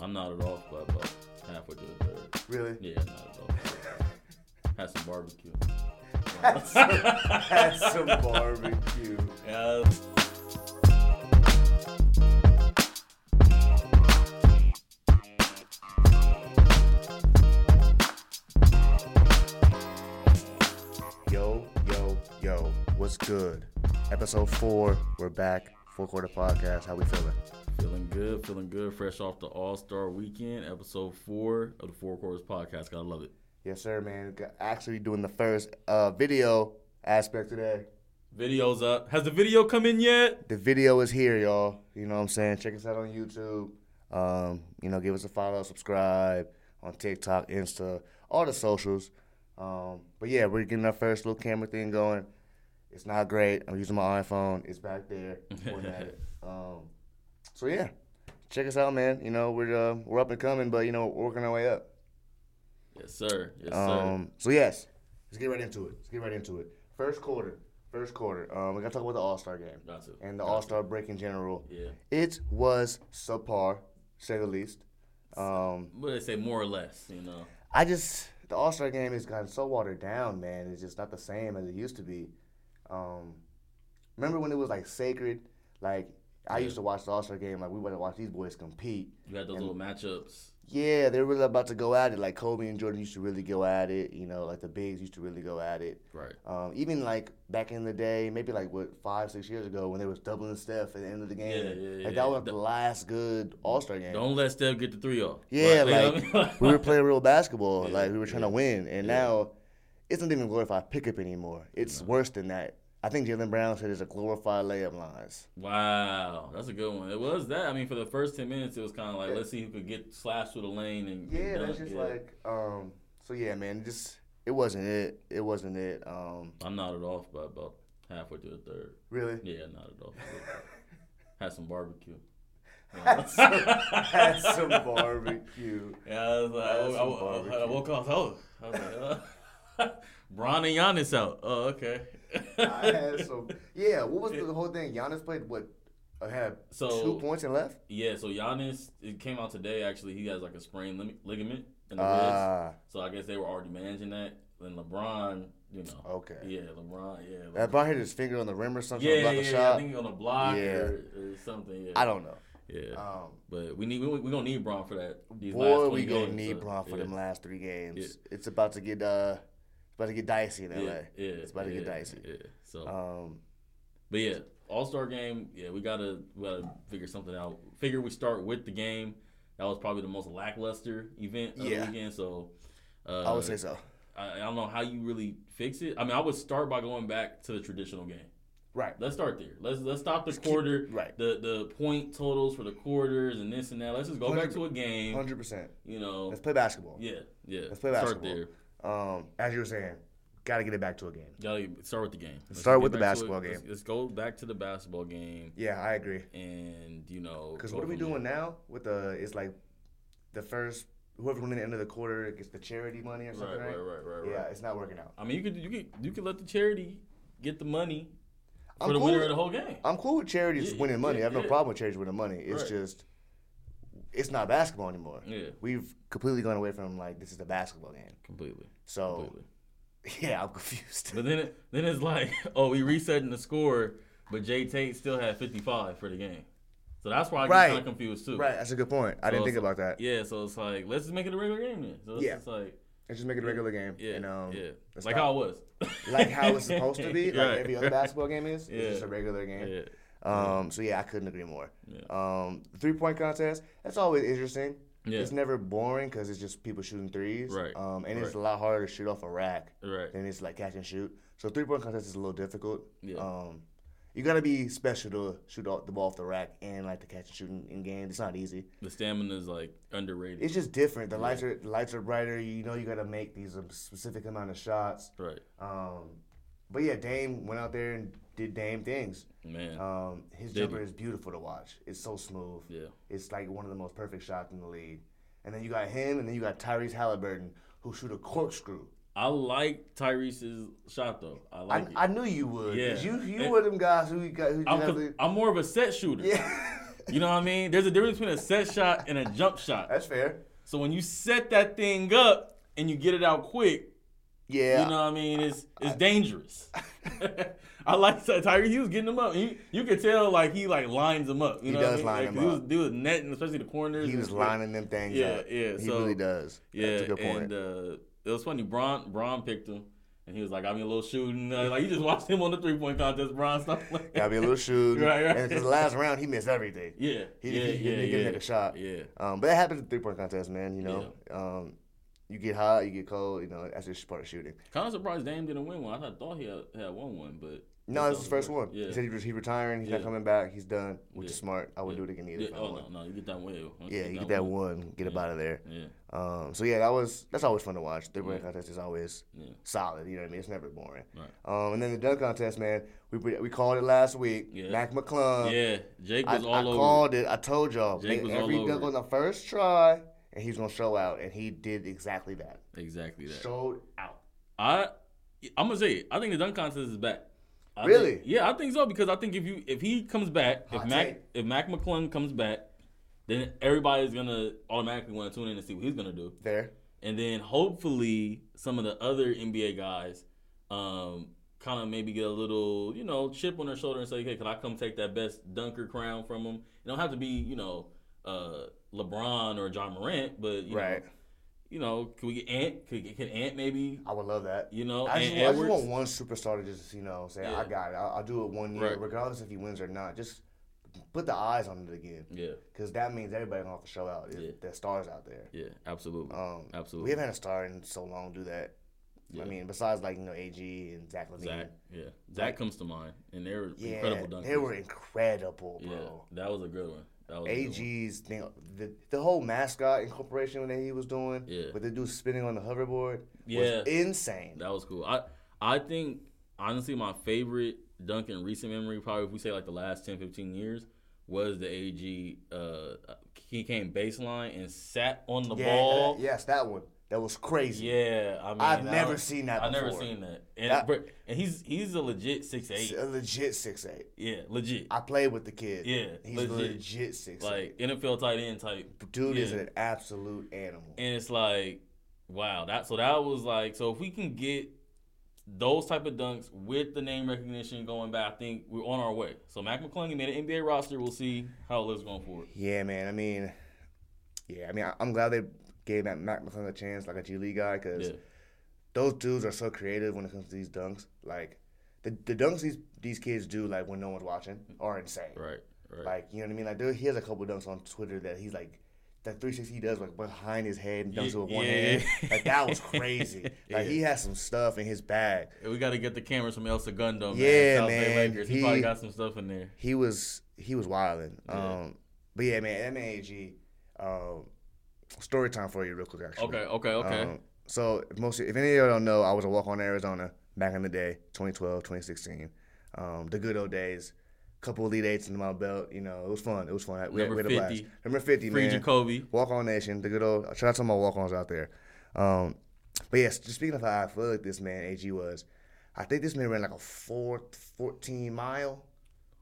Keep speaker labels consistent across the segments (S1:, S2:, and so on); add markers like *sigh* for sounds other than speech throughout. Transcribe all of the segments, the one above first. S1: I'm not at all flat buff. Halfway to a third.
S2: Really?
S1: Yeah, I'm not at all. *laughs* Had some barbecue.
S2: That's some, *laughs* that's some barbecue.
S1: Yeah.
S2: Yo, yo, yo. What's good? Episode four. We're back. Four quarter podcast. How we feeling?
S1: Feeling good, feeling good. Fresh off the All Star Weekend, episode four of the Four Quarters Podcast. Gotta love it.
S2: Yes, sir, man. Got- Actually, doing the first uh, video aspect today.
S1: Video's up. Has the video come in yet?
S2: The video is here, y'all. You know what I'm saying? Check us out on YouTube. Um, you know, give us a follow, subscribe on TikTok, Insta, all the socials. Um, but yeah, we're getting our first little camera thing going. It's not great. I'm using my iPhone. It's back there. Pointing
S1: *laughs*
S2: at it. Um, so yeah, check us out, man. You know, we're uh, we're up and coming, but you know, we're working our way up.
S1: Yes, sir. Yes, sir.
S2: Um, so yes, let's get right into it. Let's get right into it. First quarter. First quarter. Um, we gotta talk about the All Star game
S1: Got to.
S2: and the All Star break in general.
S1: Yeah.
S2: It was subpar, say the least. Um,
S1: What they say, more or less, you know.
S2: I just the All Star game has gotten so watered down, man. It's just not the same as it used to be. Um, remember when it was like sacred? Like I used to watch the All Star game. Like we wanted to watch these boys compete.
S1: You had those little matchups.
S2: Yeah, they were really about to go at it. Like Kobe and Jordan used to really go at it. You know, like the bigs used to really go at it.
S1: Right.
S2: Um, even like back in the day, maybe like what five, six years ago, when they was doubling Steph at the end of the game,
S1: Yeah, yeah,
S2: like
S1: yeah.
S2: that was the last good All Star game.
S1: Don't let Steph get the three off.
S2: Yeah,
S1: Right, you know
S2: like
S1: what I mean? *laughs*
S2: we were playing real basketball.
S1: Yeah,
S2: like we were trying to win, and
S1: yeah.
S2: now it's not even glorified pickup anymore. It's worse than that. I think Jalen Brown said it's a glorified layup lines.
S1: Wow, that's a good one. It was that. I mean, for the first ten minutes, it was kind of like, let's see who could get slashed through the lane and get
S2: Yeah, that's
S1: dunk.
S2: just like um. So yeah, man, it just it wasn't it. It wasn't it. Um,
S1: I'm not at off by about halfway through the third.
S2: really. *laughs*
S1: Yeah, not at all. Had some barbecue.
S2: That's some, that's some barbecue.
S1: *laughs* Yeah, I was like, I,
S2: Had
S1: wo-
S2: some
S1: I wo- I wo- I
S2: barbecue.
S1: woke up. Oh, I was like, uh, *laughs* Bron and Giannis out. Oh, okay.
S2: I
S1: *laughs*
S2: had some. Yeah, what was the whole thing? Giannis played what? uh, Had
S1: So-
S2: two points and left.
S1: yeah, so Giannis, it came out today. Actually, he has like a sprained lim- ligament in the wrist.
S2: Ah,
S1: So I guess they were already managing that. Then LeBron, you know.
S2: Oh, okay.
S1: Yeah, LeBron. Yeah.
S2: That Brown hit his finger on the rim or something.
S1: yeah,
S2: block
S1: yeah,
S2: the
S1: yeah, I
S2: shot.
S1: think he's on a block
S2: Yeah.
S1: or, or something. Yeah.
S2: I don't know.
S1: yeah.
S2: Um,
S1: but we need we, we gonna need Braun for that. These
S2: boy,
S1: last 20
S2: we gonna
S1: games,
S2: need
S1: so,
S2: Bron for
S1: yeah.
S2: them last three games. It's about to get uh, it's about to get dicey in LA.
S1: Yeah, yeah,
S2: it's about to get
S1: yeah,
S2: dicey.
S1: Yeah. So,
S2: Um,
S1: but yeah, All Star game. Yeah, we gotta we gotta figure something out. Figure we start with the game. That was probably the most lackluster event of
S2: Yeah.
S1: the weekend. So. Uh,
S2: I would say so.
S1: I, I don't know how you really fix it. I mean, I would start by going back to the traditional game.
S2: Right.
S1: Let's start there. Let's let's stop the quarter,
S2: right.
S1: The the point totals for the quarters and this and that. Let's just go back to a game.
S2: Hundred percent.
S1: You know,
S2: Let's play basketball.
S1: Oh. yeah, yeah.
S2: Let's play
S1: start
S2: basketball.
S1: there.
S2: Um, as you were saying, gotta get it back to a game.
S1: Gotta start with the game. Let's
S2: Start
S1: get
S2: with the
S1: back to
S2: basketball
S1: it. Let's,
S2: game.
S1: let's go back to the basketball game,
S2: Yeah, I agree.
S1: and you know,
S2: Because
S1: go
S2: what are we
S1: from
S2: doing now with the? It's like the first whoever wins at the end of the quarter gets the charity money or
S1: there.
S2: something,
S1: Right,
S2: right?
S1: right, right, right, right.
S2: Yeah, it's not working out.
S1: I mean, you could you could you could let the charity get the money for
S2: I'm
S1: the
S2: cool
S1: winner of
S2: with-
S1: the whole game.
S2: I'm cool with charities
S1: Yeah,
S2: winning money.
S1: yeah,
S2: I have no
S1: yeah.
S2: problem with charities winning money. It's
S1: Right.
S2: just it's not basketball anymore.
S1: Yeah,
S2: We've completely gone away from like this is a basketball game.
S1: completely,
S2: So
S1: completely.
S2: yeah, I'm *laughs* confused.
S1: But then it, then it's like, *laughs* oh, we resetting the score, but Jay Tate still had 55 for the game. So that's why I get
S2: Right.
S1: kind of confused too.
S2: right, that's a good point. I didn't think about that.
S1: Yeah, so it's like, let's just make it a regular game then. So it's
S2: Yeah.
S1: just like,
S2: Let's just make it a regular game.
S1: yeah,
S2: and, um,
S1: yeah.
S2: let's
S1: Like
S2: stop.
S1: how it was.
S2: *laughs* like how it's supposed
S1: *laughs*
S2: to be, like
S1: Right.
S2: every other basketball game is.
S1: Yeah.
S2: It's just a regular game.
S1: Yeah.
S2: Um, so yeah, I couldn't agree more.
S1: Yeah.
S2: Um, three point contest, that's always interesting.
S1: Yeah.
S2: It's never boring because it's just people shooting threes.
S1: Right.
S2: Um, and it's a lot harder to shoot off a rack.
S1: Right.
S2: Then it's like catch and shoot. So three point contest is a little difficult.
S1: Yeah.
S2: Um, you gotta be special to shoot off the ball off the rack and like the catch and shooting in games. It's not easy.
S1: The stamina is like underrated.
S2: It's just different. The lights are the lights are brighter. You know you gotta make these um, specific amount of shots.
S1: right.
S2: Um, but yeah, Dame went out there and did Dame things.
S1: Man.
S2: Um, his
S1: Did
S2: jumper is beautiful to watch. It's so smooth.
S1: yeah.
S2: It's like one of the most perfect shots in the league. And then you got him, and then you got Tyrese Halliburton, who shoot a corkscrew.
S1: I like Tyrese's shot though. I
S2: I,
S1: like it.
S2: I knew you would.
S1: Yeah.
S2: Yeah. You you
S1: And-
S2: were them guys who got who
S1: I'm,
S2: just have
S1: cause
S2: to-
S1: I'm more of a set shooter.
S2: *laughs* yeah.
S1: You know what I mean? There's a difference between a
S2: *laughs*
S1: set shot and a jump shot.
S2: That's fair.
S1: So when you set that thing up and you get it out quick,
S2: Yeah.
S1: you know what I mean? It's it's dangerous. *laughs* I like that Tiger Hughes getting them up. He, you could tell like he like lines them up. You
S2: He
S1: know
S2: does
S1: what I mean?
S2: line
S1: Like,
S2: 'em
S1: 'cause
S2: up.
S1: He was, he was netting, especially the corners.
S2: he
S1: and
S2: was
S1: shit.
S2: lining them things
S1: Yeah,
S2: up.
S1: yeah,
S2: He
S1: so-
S2: really does.
S1: Yeah,
S2: That's a good point.
S1: and uh, it was funny. Braun Braun picked him, and he was like, "I mean, a little shooting." Uh, like you just watched him on the three point contest. Braun stopped. Like,
S2: Gotta be
S1: *laughs*
S2: a little shoot.
S1: Right, right.
S2: And 'cause the last round, he missed everything.
S1: *laughs* yeah, yeah,
S2: He, he, he
S1: yeah,
S2: didn't
S1: yeah,
S2: give a shot.
S1: yeah.
S2: Um, but that happens in three point contests, man. You know, um, you get hot, you get cold. You know, that's just part of shooting.
S1: Kind of surprised Dame didn't win one. I thought- thought he had, had won one, but
S2: No,
S1: That
S2: this is
S1: sounds
S2: his first
S1: good.
S2: one.
S1: Yeah.
S2: He said he was he retiring. He's
S1: Yeah.
S2: not coming back. He's done, which is
S1: Yeah.
S2: smart. I wouldn't
S1: Yeah.
S2: do it again either.
S1: yeah,
S2: if I
S1: oh
S2: won.
S1: no, no, you get that win. Once
S2: Yeah, you get that
S1: win.
S2: one, get up
S1: Yeah.
S2: out of there.
S1: Yeah,
S2: Um, so yeah, that was that's always fun to watch. Three point
S1: Yeah.
S2: contest is always
S1: Yeah.
S2: solid. You know what I mean? It's never boring.
S1: Right.
S2: Um, and then the dunk contest, man. We pre- we called it last week.
S1: Yeah.
S2: Mac McClung.
S1: yeah. Jake
S2: Uh, I,
S1: was all
S2: I
S1: over.
S2: called it. I told y'all.
S1: Jake
S2: make
S1: was all
S2: every
S1: over
S2: dunk
S1: it.
S2: on the first try, and he's gonna show out, and he did exactly that.
S1: Exactly that.
S2: Showed out.
S1: I I'm gonna say it. I think the dunk contest is back. I think-
S2: Really?
S1: yeah, I think so because I think if you if he comes back, if
S2: Hot
S1: Mac
S2: take.
S1: if Mac McClung comes back, then everybody's gonna automatically want to tune in and see what he's gonna do,
S2: There.
S1: and then hopefully some of the other NBA guys, um, kind of maybe get a little you know chip on their shoulder and say, hey, can I come take that best dunker crown from him? It don't have to be you know uh, LeBron or John Morant, but you
S2: Right.
S1: know, you know, can we get Ant? Could, can Ant maybe?
S2: I would love that.
S1: You know,
S2: I just,
S1: and
S2: want- I just
S1: Edwards.
S2: want one superstar to just, you know, say,
S1: Yeah.
S2: I got it. I'll, I'll do it one year,
S1: Right.
S2: regardless if he wins or not. Just put the eyes on it again.
S1: Yeah,
S2: Because that means everybody going to have to show out.
S1: Yeah.
S2: Yeah. There's stars out there.
S1: yeah, absolutely,
S2: Um,
S1: absolutely.
S2: we haven't had a star in so long do that.
S1: Yeah.
S2: I mean, besides, like, you know, AG and Zach Levine.
S1: Zach, yeah, Zach comes to mind, and they're
S2: Yeah,
S1: incredible dunkers.
S2: they were incredible,
S1: yeah,
S2: bro.
S1: that was a good one. That was a good one.
S2: AG's thing, the, the whole mascot incorporation that he was doing,
S1: Yeah.
S2: with the dude spinning on the hoverboard,
S1: Yeah.
S2: was insane.
S1: That was cool. I I think honestly my favorite dunk in recent memory, probably if we say like the last 10, 15 years, was the AG. Uh, he came baseline and sat on the
S2: yeah,
S1: ball.
S2: that- yes, that one. That was crazy.
S1: Yeah, I mean,
S2: I've
S1: that
S2: never
S1: was-
S2: seen that
S1: I've never
S2: before.
S1: seen that. And,
S2: That-
S1: but- and he's he's a legit six eight.
S2: A legit six eight.
S1: Yeah, legit.
S2: I played with the kid.
S1: Yeah,
S2: he's
S1: legit.
S2: legit, legit six
S1: Like
S2: eight.
S1: NFL tight end type.
S2: Dude is
S1: yeah.
S2: an absolute animal.
S1: and it's like wow that so that was like so if we can get those type of dunks with the name recognition going back i think we're on our way so mac mcclung made an nba roster we'll see how it looks going forward
S2: yeah, man. I mean, yeah. I mean, I, I'm glad they gave Mac, Mac McClung a chance, like a G League guy, because
S1: yeah
S2: those dudes are so creative when it comes to these dunks. Like the the dunks these these kids do, like when no one's watching, are insane.
S1: right right
S2: Like you know what I mean? Like there, he has a couple dunks on Twitter that he's like that 360 he does like behind his head and dunks
S1: Ye-
S2: with one
S1: yeah.
S2: hand. Like that was crazy.
S1: *laughs*
S2: Like he has some stuff in his bag.
S1: And we got to get the cameras from el segundo man.
S2: Yeah,
S1: South Bay
S2: man,
S1: Lakers. He, probably
S2: he-
S1: got some stuff in there
S2: He was he was wilding.
S1: Yeah.
S2: Um, but yeah, man, MAG. Um, story time for you, real quick. Actually.
S1: okay okay okay
S2: Um, so if most if any of y'all don't know, I was a walk on Arizona back in the day, 2012, 2016. Um, the good old days. Couple elite eights into my belt. You know, it was fun. It was fun. We, had- we
S1: Number
S2: had a blast.
S1: 50.
S2: Number 50,
S1: free
S2: man.
S1: jacoby
S2: Walk on nation. The good old shout out to my walk ons out there. Um, but yes, just speaking of how athletic this man AG was, I think this man ran like a four, 14 mile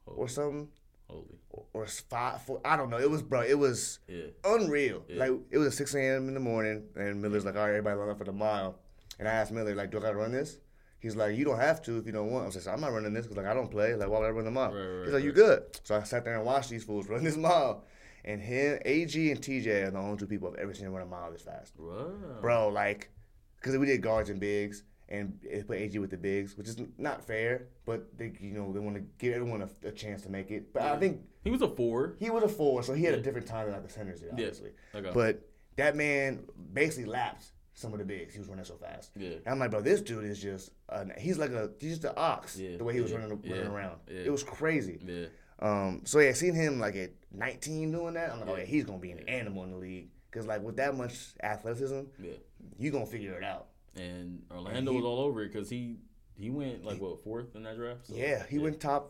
S2: or something,
S1: holy
S2: or, or five, four. I don't know. It was bro. It was
S1: yeah
S2: unreal. Like it was at 6 a.m. in the morning, and Miller's like, "All right, everybody line up for the mile." And I asked Miller, "Like, do I gotta run this?" He's like, "You don't have to if you don't want." I was like, "I'm not running this because like I don't play. Like, why would I run the mile?"
S1: Right, right,
S2: He's like, "You
S1: right.
S2: good?" So I sat there and watched these fools run *laughs* this mile, and him, AG, and TJ are the only two people I've ever seen run a mile this fast,
S1: Wow.
S2: bro. Like, because we did guards and bigs. And it put AG with the bigs, which is not fair, but they, you know, they want to give everyone a, a chance to make it. But I think
S1: he was a four
S2: he was a four, so he had a different time than like the centers did,
S1: Yeah.
S2: obviously.
S1: Okay.
S2: But that man basically lapped some of the bigs. He was running so fast.
S1: Yeah.
S2: And I'm like, bro, this dude is just an, he's like a he's just an ox.
S1: Yeah,
S2: The way he was
S1: yeah,
S2: running, running
S1: yeah,
S2: around,
S1: yeah.
S2: it was crazy.
S1: yeah
S2: Um, so yeah, seeing him like at 19 doing that, I'm like, oh yeah, he's gonna be an animal in the league. Cause like with that much athleticism,
S1: yeah
S2: you gonna figure it out.
S1: and orlando
S2: he-
S1: was all over it because he he went like what fourth in that draft So,
S2: Yeah, he went top.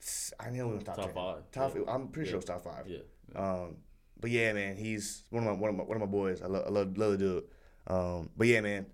S2: s- I know he went top,
S1: Top
S2: 10.
S1: five,
S2: Top.
S1: yeah.
S2: I'm pretty sure it was top five.
S1: yeah
S2: Um, but yeah, man, he's one of my one of my, one of my boys. I love I love, love the dude. Um, but yeah, man,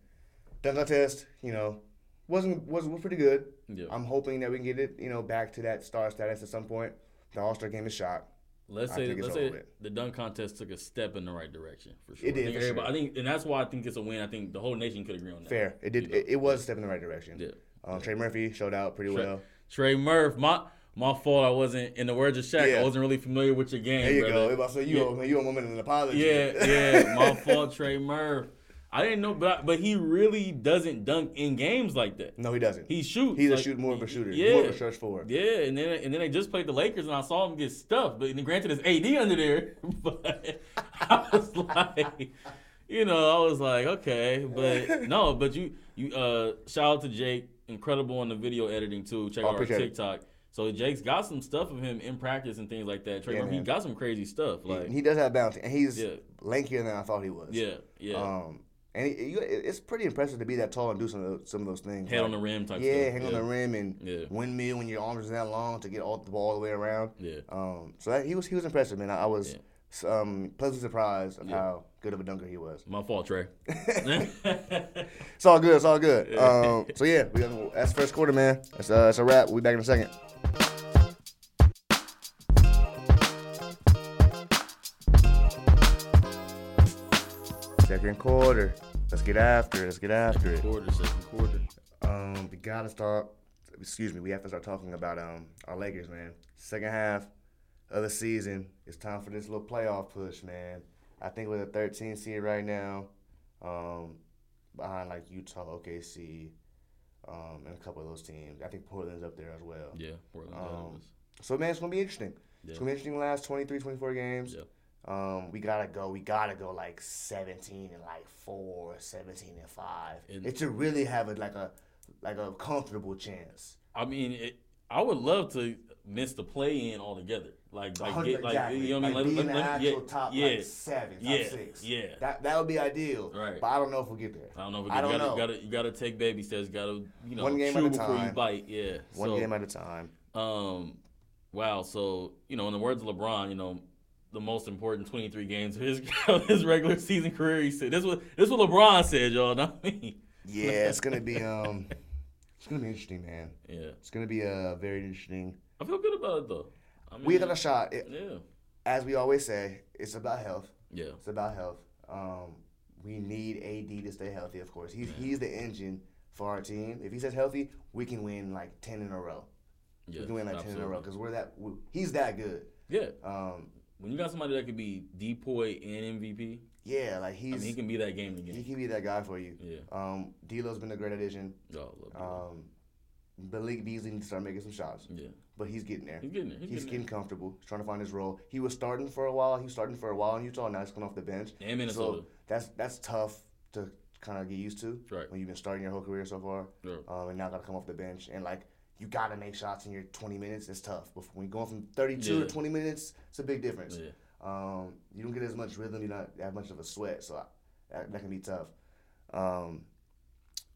S2: dunk contest, you know, wasn't was was pretty good.
S1: yeah
S2: I'm hoping that we can get it, you know, back to that star status at some point. The All Star game is shot.
S1: Let's
S2: I
S1: say
S2: think it's
S1: let's say
S2: over with.
S1: the dunk contest took a step in the right direction for sure.
S2: It did,
S1: I think,
S2: for sure.
S1: everybody- I think- and that's why I think it's a win. I think the whole nation could agree on that.
S2: Fair. It did. It, it was a step in the right direction.
S1: Yeah.
S2: Um, Trey Murphy showed out pretty
S1: Trey,
S2: well.
S1: Trey Murph, my my fault. I wasn't in the words of Shaq.
S2: Yeah.
S1: I wasn't really familiar with your game.
S2: There you go.
S1: brother.
S2: About so you
S1: Yeah.
S2: owe man, you owe woman an apology.
S1: Yeah,
S2: *laughs*
S1: yeah, my fault, Trey Murph. I didn't know, but I, but he really doesn't dunk in games like that.
S2: no, he doesn't.
S1: He shoots.
S2: He's a
S1: like-
S2: shoot more of a shooter.
S1: Yeah,
S2: More of a stretch forward.
S1: yeah, and then and then they just played the Lakers, and I saw him get stuffed. But and granted, it's AD under there, *laughs* but I was like, you know, I was like, okay,
S2: *laughs*
S1: but no, but you you uh shout out to Jake, incredible on the video editing too. Check
S2: Oh,
S1: out our
S2: appreciate it.
S1: TikTok. So Jake's got some stuff of him in practice and things like that. Trey
S2: Yeah,
S1: Murph, he
S2: man.
S1: got some crazy stuff. Like,
S2: And he does have balance, and he's
S1: Yeah.
S2: lankier than I thought he was.
S1: yeah, yeah.
S2: Um, and he, you, it- it's pretty impressive to be that tall and do some of those, some of those things.
S1: Head on the
S2: like,
S1: rim type
S2: yeah,
S1: stuff.
S2: hang on the rim and
S1: Yeah.
S2: windmill when your arms are that long to get all the ball all the way around.
S1: Yeah.
S2: Um, so that, he was he was impressive, man. I, I was
S1: Yeah.
S2: s- um, pleasantly surprised of how good of a dunker he was.
S1: My fault,
S2: *laughs*
S1: Trey. *laughs*
S2: It's all good. It's all good. Um, so yeah, we got, that's first quarter, man. That's, uh, that's a wrap. We'll be back in a second. Second quarter. Let's get after it. Let's get after it.
S1: quarter, second quarter.
S2: Um, we gotta start. Excuse me. We have to start talking about um our Lakers, man. Second half of the season. It's time for this little playoff push, man. I think we're the 13 seed right now, um, behind like Utah, OKC, um, and a couple of those teams. I think Portland's up there as well.
S1: Yeah, Portland.
S2: Um, So man, it's gonna be interesting. It's gonna be interesting. the Last 23, 24 games.
S1: Yeah.
S2: Um, we gotta go. We gotta go like 17 and like four, 17 and five.
S1: And-
S2: it to really have a like a like a comfortable chance.
S1: I mean, it, I would love to miss the play in altogether. Like, like,
S2: Hundred-
S1: get, like you know what I mean?
S2: Like,
S1: Let-
S2: being
S1: let-
S2: the
S1: let-
S2: actual
S1: yeah,
S2: top
S1: yeah,
S2: like seven, top
S1: yeah,
S2: six.
S1: yeah.
S2: That that would be ideal.
S1: Right.
S2: But I don't know if we'll get there.
S1: I don't know. If
S2: I don't
S1: you gotta,
S2: know.
S1: You gotta, you gotta take baby steps. You gotta, you know,
S2: One game
S1: chew
S2: at a
S1: before you
S2: time.
S1: bite. Yeah.
S2: One
S1: so,
S2: game at a time.
S1: Um, wow. So you know, in the words of LeBron, you know, the most important 23 games of his *laughs* of his regular season career. He said, "This was this what LeBron said, y'all." Not me. *laughs*
S2: Yeah, it's gonna be um, *laughs* it's gonna be interesting, man.
S1: Yeah.
S2: It's gonna be uh, very interesting.
S1: I feel good about it though. I mean,
S2: We got a shot. It-
S1: yeah,
S2: as we always say, it's about health.
S1: yeah,
S2: It's about health. Um, we need AD to stay healthy. Of course, he's he's the engine for our team. If he stays healthy, we can win like ten in a row.
S1: yeah.
S2: we can win like ten in a row
S1: absolutely.
S2: because we're that. We, he's that good.
S1: Yeah,
S2: Um,
S1: when you got somebody that could be Depoy and MVP,
S2: yeah, like
S1: I
S2: he's
S1: mean, he can be that game
S2: he
S1: again.
S2: can be that guy for you.
S1: Yeah.
S2: Um, D'Lo's been a great addition.
S1: Oh, I love that.
S2: Um, Malik Beasley needs to start making some shots,
S1: yeah,
S2: but he's getting there.
S1: he's getting there. He's,
S2: Uh, He's
S1: getting
S2: getting comfortable. He's trying to find his role. He was starting for a while. He was starting for a while in Utah. Now he's coming off the bench.
S1: there. And Minnesota.
S2: So that's that's tough to kind of get used to
S1: Right.
S2: when you've been starting your whole career so far,
S1: Sure.
S2: um, and now got to come off the bench and like you got to make shots in your 20 minutes. It's tough. But when you're going from 32
S1: Yeah.
S2: to 20 minutes, it's a big difference.
S1: Yeah.
S2: Um, you don't get as much rhythm. You don't have much of a sweat, so I, that, that can be tough. Um,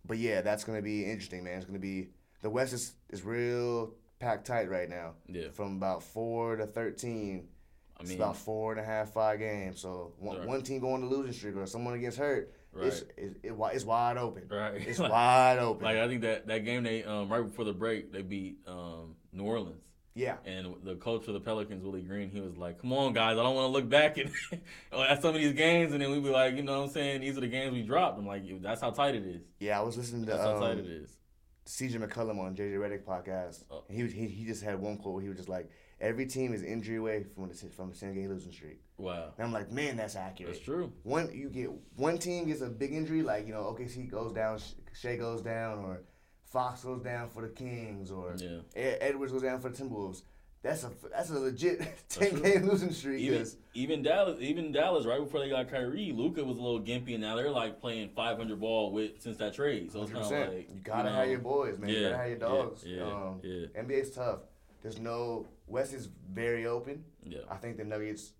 S2: but yeah, that's gonna be interesting, man. It's gonna be the West is is real packed tight right now.
S1: Yeah.
S2: From about four to thirteen,
S1: I
S2: it's
S1: mean,
S2: about four and a half, five games. So one,
S1: Right.
S2: one team going to losing streak or someone gets hurt, it's,
S1: Right.
S2: it's, it, wi- it's wide open.
S1: *laughs* right?
S2: It's
S1: like,
S2: wide open.
S1: like, I think that that game they um, right before the break they beat um, New Orleans.
S2: yeah.
S1: And the coach for the Pelicans, Willie Green, he was like, "Come on, guys, I don't want to look back at, *laughs* at some of these games." And then we'd be like, "You know what I'm saying? These are the games we dropped." I'm like, "That's how tight it is.
S2: Yeah, I was listening
S1: That's
S2: to
S1: how tight
S2: um,
S1: it is."
S2: CJ McCullum on JJ Redick podcast.
S1: Oh.
S2: And he, was- he he just had one quote where he was just like, "Every team is injury away from the from a ten game losing streak."
S1: Wow,
S2: And I'm like, man, that's
S1: that's
S2: accurate.
S1: true.
S2: One you get one team gets a big injury, like you know OKC goes down, Shea goes down, or Fox goes down for the Kings, or
S1: Yeah.
S2: Ed- Edwards goes down for the Timberwolves. That's a that's a legit *laughs*
S1: true.
S2: ten game losing streak.
S1: Even
S2: 'cause-
S1: even Dallas, even Dallas, right before they got Kyrie, Luca was a little gimpy, and now they're like playing 500 ball with since that trade. So it's kind of
S2: 100%.
S1: like
S2: you gotta
S1: know,
S2: have your boys, man. you
S1: yeah,
S2: gotta have your
S1: yeah,
S2: dogs.
S1: yeah,
S2: um,
S1: yeah.
S2: NBA's tough. There's no West is very open.
S1: Yeah,
S2: I think the Nuggets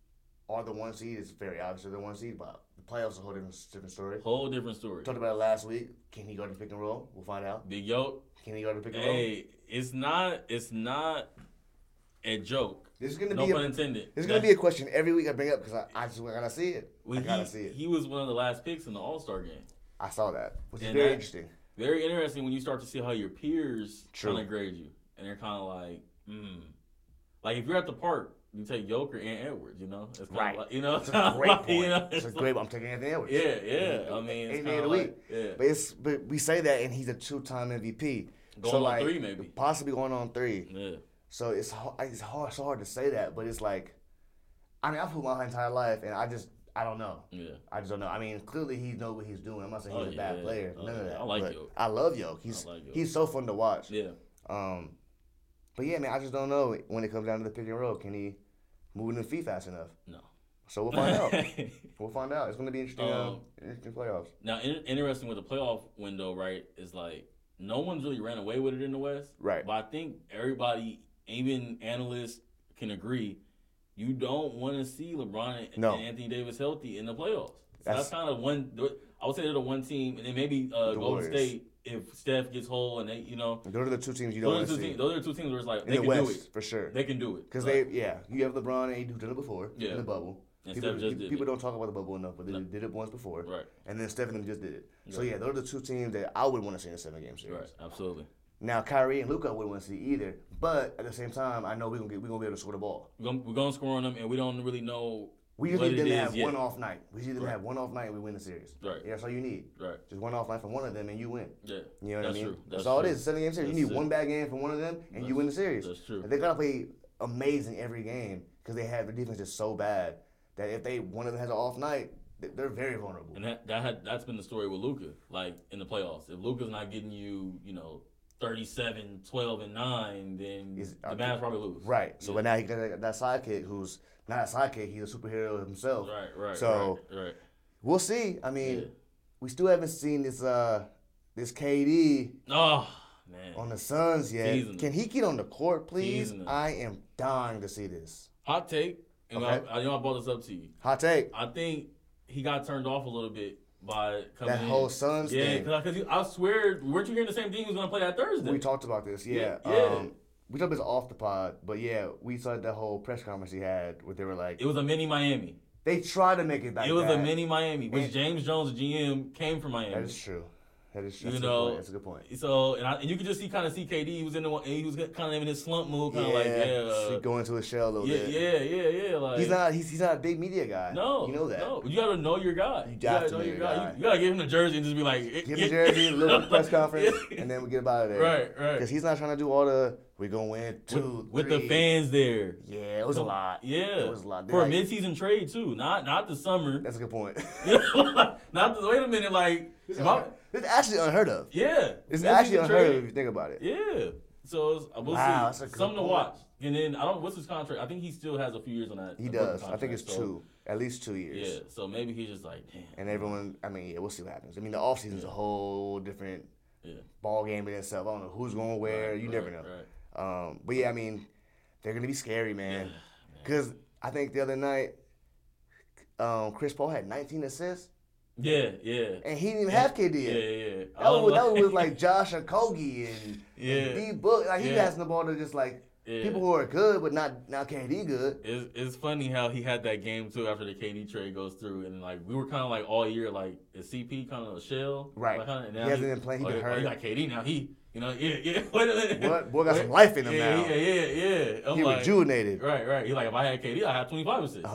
S2: are the one seed. It's very obvious they're the one seed, but the playoffs are a whole different, different story.
S1: whole different story.
S2: Talked about it last week. Can he go to pick and roll? We'll find out.
S1: Big Yo,
S2: Can he go to pick and roll?
S1: hey, it's not it's not a joke.
S2: This is gonna
S1: No
S2: be
S1: pun
S2: a,
S1: intended.
S2: this is gonna be a question every week I bring up because I, I just gotta see it.
S1: Well,
S2: I gotta
S1: he,
S2: see it.
S1: He was one of the last picks in the All Star game.
S2: I saw that, which is
S1: And
S2: very
S1: that-
S2: interesting.
S1: Very interesting when you start to see how your peers
S2: True.
S1: kind of grade you, and they're kind of like, hmm. Like if you're at the park you take Joker and Edwards, you know? It's kinda
S2: Right.
S1: like- you know, *laughs*
S2: It's a great point.
S1: you know,
S2: it's a
S1: it's
S2: great. I'm taking Anthony Edwards.
S1: Yeah, yeah. I mean, it's
S2: Any day
S1: kind
S2: of the
S1: of like,
S2: week.
S1: yeah.
S2: But it's but we say that, and he's a two-time MVP.
S1: Going
S2: so
S1: on
S2: like,
S1: three, maybe.
S2: possibly going on three.
S1: yeah.
S2: So it's hard, it's hard, it's hard to say that, but it's like, I mean, I've hooped my entire life, and I just I don't know.
S1: Yeah.
S2: I just don't know. I mean, clearly he knows what he's doing. I'm not saying
S1: Oh,
S2: he's a bad
S1: yeah.
S2: player.
S1: Oh,
S2: None of
S1: yeah.
S2: that.
S1: I like
S2: but
S1: Jokic.
S2: I love Yoke. He's
S1: like Jokic.
S2: he's so fun to watch.
S1: Yeah.
S2: Um, but yeah, man, I just don't know when it comes down to the pick and roll. Can he move the feet fast enough?
S1: No.
S2: So
S1: *laughs*
S2: we'll find out. We'll find out. It's gonna be interesting. Um,
S1: Um,
S2: interesting playoffs.
S1: now, in- interesting with the playoff window, right? Is like no one's really ran away with it in the West,
S2: Right.
S1: But I think everybody, even analysts, can agree. You don't want to see LeBron and,
S2: No.
S1: and Anthony Davis healthy in the playoffs. So
S2: That's-
S1: that's, kind of one. I would say they're the one team, and then maybe uh,
S2: The
S1: Golden
S2: Warriors.
S1: State if Steph gets whole and they, you know,
S2: Those are the two teams you don't want
S1: those
S2: to
S1: are,
S2: see
S1: the two teams, those are the two teams where it's like
S2: in
S1: they
S2: the
S1: can do
S2: West
S1: it.
S2: for sure.
S1: They can do it
S2: Because
S1: Like,
S2: they, yeah, you have LeBron and you've done it before
S1: Yeah.
S2: in the bubble.
S1: And
S2: people
S1: Steph just
S2: pe-
S1: did
S2: people
S1: it.
S2: don't talk about the bubble enough, but they
S1: No.
S2: did it once before,
S1: right,
S2: and then Steph and them just did it. So yeah, those are the two teams that I would want to see in a seven-game series.
S1: right, absolutely.
S2: Now Kyrie and Luca wouldn't want to see either, but at the same time, I know we're gonna get, we're gonna be able to score the ball.
S1: We're gonna, we're gonna score on them, and we don't really know
S2: We just
S1: what
S2: need
S1: it
S2: them to
S1: is
S2: have
S1: yet.
S2: one off night. We just need them to have one off night and we win the series.
S1: Right.
S2: Yeah, that's all you need.
S1: Right.
S2: Just one off night from one of them and you win.
S1: Yeah.
S2: You know what
S1: That's
S2: I mean?
S1: true. That's,
S2: all
S1: true.
S2: it is. Seven game series. you
S1: That's
S2: need
S1: it.
S2: one bad game from one of them and you win the series.
S1: that's true.
S2: And they gotta play amazing every game because they have their defense is so bad that if they one of them has an off night, th- they're very vulnerable.
S1: And that that had, that's been the story with Luca, like in the playoffs. If Luca's not getting you, you know, 37, 12, and nine, then
S2: Is- uh,
S1: the Mavs probably lose.
S2: Right. So
S1: Yeah.
S2: but now he got that that sidekick who's not a sidekick, he's a superhero himself.
S1: Right. Right.
S2: So-
S1: right. right.
S2: We'll see. I mean,
S1: Yeah.
S2: we still haven't seen this uh this KD
S1: Oh man,
S2: on the Suns yet.
S1: Teasing
S2: Can he get on the court, please?
S1: Teasing them.
S2: I am dying to see this.
S1: hot take. And
S2: Okay.
S1: I, I know I brought this up to you.
S2: Hot take.
S1: I think he got turned off a little bit by coming
S2: That
S1: in.
S2: whole Suns
S1: yeah,
S2: thing.
S1: because I, swear, weren't you hearing the same thing he was going to play that Thursday?
S2: We talked about this. Yeah.
S1: Yeah, yeah.
S2: Um, we talked about this off the pod, but yeah, we saw that whole press conference he had where they were like,
S1: it was a mini Miami.
S2: they tried to make it back.
S1: it was
S2: that.
S1: a mini Miami, which
S2: And-
S1: James Jones, GM, came from Miami.
S2: That is true. That is true.
S1: You
S2: That's,
S1: know,
S2: a good point. That's
S1: So and, I, and you could just see kind of see KD he was in the one he was kind of in his slump move,
S2: a good
S1: kind of
S2: point.
S1: like
S2: Yeah.
S1: yeah,
S2: she go into his shell a
S1: uh,
S2: little
S1: yeah,
S2: bit.
S1: yeah, yeah, yeah. Like
S2: He's not. He's, he's not a big media guy.
S1: No,
S2: you know that.
S1: No, you gotta know your guy. You, gotta
S2: have to
S1: know
S2: know
S1: your
S2: your
S1: guy.
S2: guy.
S1: You, you gotta give him the jersey and just be like,
S2: Give him the jersey, a little
S1: *laughs*
S2: bit of press conference, and then we get about it.
S1: Right, right.
S2: Because he's not trying to do all the we gonna win two
S1: with
S2: three."
S1: the fans there.
S2: Yeah, it was a lot.
S1: Yeah,
S2: it was a lot. They
S1: for
S2: like-
S1: a midseason trade too. Not not the summer.
S2: That's a good point.
S1: *laughs* not the, wait a minute, like
S2: It's
S1: if I-
S2: unheard- *laughs* it's actually unheard of.
S1: yeah,
S2: It's
S1: midseason
S2: actually unheard
S1: trade.
S2: of if you think about it.
S1: Yeah. So it's, uh, we'll
S2: Wow,
S1: see.
S2: that's a good
S1: Something to
S2: point.
S1: watch. And then I don't. What's his contract? I think he still has a few years on that.
S2: He
S1: that
S2: does. I
S1: contract,
S2: think it's
S1: so-
S2: two, at least two years.
S1: Yeah. So maybe he's just like, damn.
S2: And everyone, I mean, yeah, we'll see what happens. I mean, the offseason is a whole different
S1: Yeah.
S2: ball game in itself. I don't know who's going where. you never know.
S1: Right, right.
S2: Um, but yeah, I mean, they're gonna be scary, man. Because I think the other night, um, Chris Paul had 19 assists,
S1: Yeah. Yeah.
S2: and he didn't even have KD.
S1: Yeah.
S2: yet.
S1: Yeah. yeah.
S2: That
S1: Oh,
S2: was, that was with, like Josh Okogie and,
S1: *laughs* Yeah.
S2: and D Book. Like he
S1: Yeah.
S2: passing the ball to just like
S1: Yeah.
S2: people who are good, but not not KD good.
S1: It's, it's funny how he had that game too after the KD trade goes through, and like we were kind of like all year like is CP kind of a shell,
S2: Right.
S1: Like, kinda, and
S2: He
S1: now
S2: hasn't been playing, he
S1: oh,
S2: been
S1: yeah, oh,
S2: hurt.
S1: you got KD now. He, you know, *laughs* yeah, yeah. Wait a minute.
S2: What boy got
S1: Wait.
S2: some life in him
S1: yeah,
S2: now?
S1: Yeah, yeah, yeah. I'm
S2: He
S1: like,
S2: rejuvenated,
S1: Right, right. He like if I had KD, I had twenty five assists.
S2: 100%.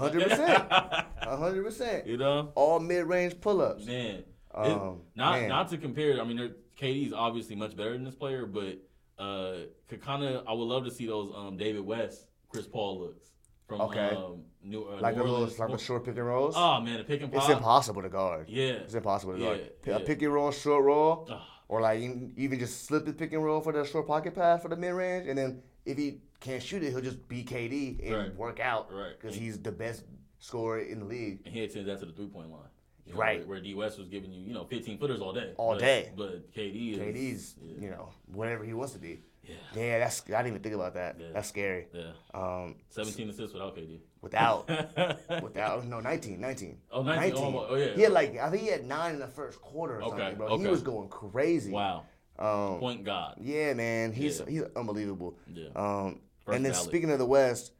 S2: hundred percent.
S1: *laughs* you know,
S2: All mid range pull ups.
S1: man. It-
S2: Um,
S1: not
S2: man.
S1: not to compare. it, I mean, there- KD's obviously much better than this player, but uh, could kind of I would love to see those um David West, Chris Paul looks from
S2: Okay.
S1: um, New, uh,
S2: like
S1: New
S2: the little,
S1: Orleans.
S2: like the short pick and rolls.
S1: oh man, the pick and
S2: it's
S1: pop.
S2: impossible to guard.
S1: yeah,
S2: It's impossible to guard.
S1: Yeah,
S2: P- A
S1: yeah. Uh.
S2: pick and roll, short roll,
S1: Ugh.
S2: or like even- even just slip the pick and roll for the short pocket pass for the mid range, and then if he can't shoot it, he'll just be KD and
S1: Right.
S2: work out
S1: Right.
S2: because he's the best scorer in the league.
S1: and he attends that to the three point line. You know,
S2: Right.
S1: where, where D West was giving you you know fifteen footers all day,
S2: All
S1: But-
S2: day.
S1: But KD is
S2: KD's you know whatever he wants to be.
S1: yeah
S2: Yeah, that's I didn't even think about that.
S1: Yeah.
S2: That's scary.
S1: yeah
S2: Um,
S1: seventeen assists without KD.
S2: without without no 19, 19.
S1: Oh, 19. Oh, oh, yeah.
S2: He had like I think he had nine in the first quarter or
S1: Okay,
S2: something, bro. He
S1: okay.
S2: was going
S1: *laughs*
S2: crazy.
S1: wow,
S2: Um,
S1: point God.
S2: Yeah, man, he's
S1: Yeah.
S2: he's unbelievable.
S1: Yeah.
S2: Um,
S1: First
S2: and then
S1: ballot.
S2: speaking of the West,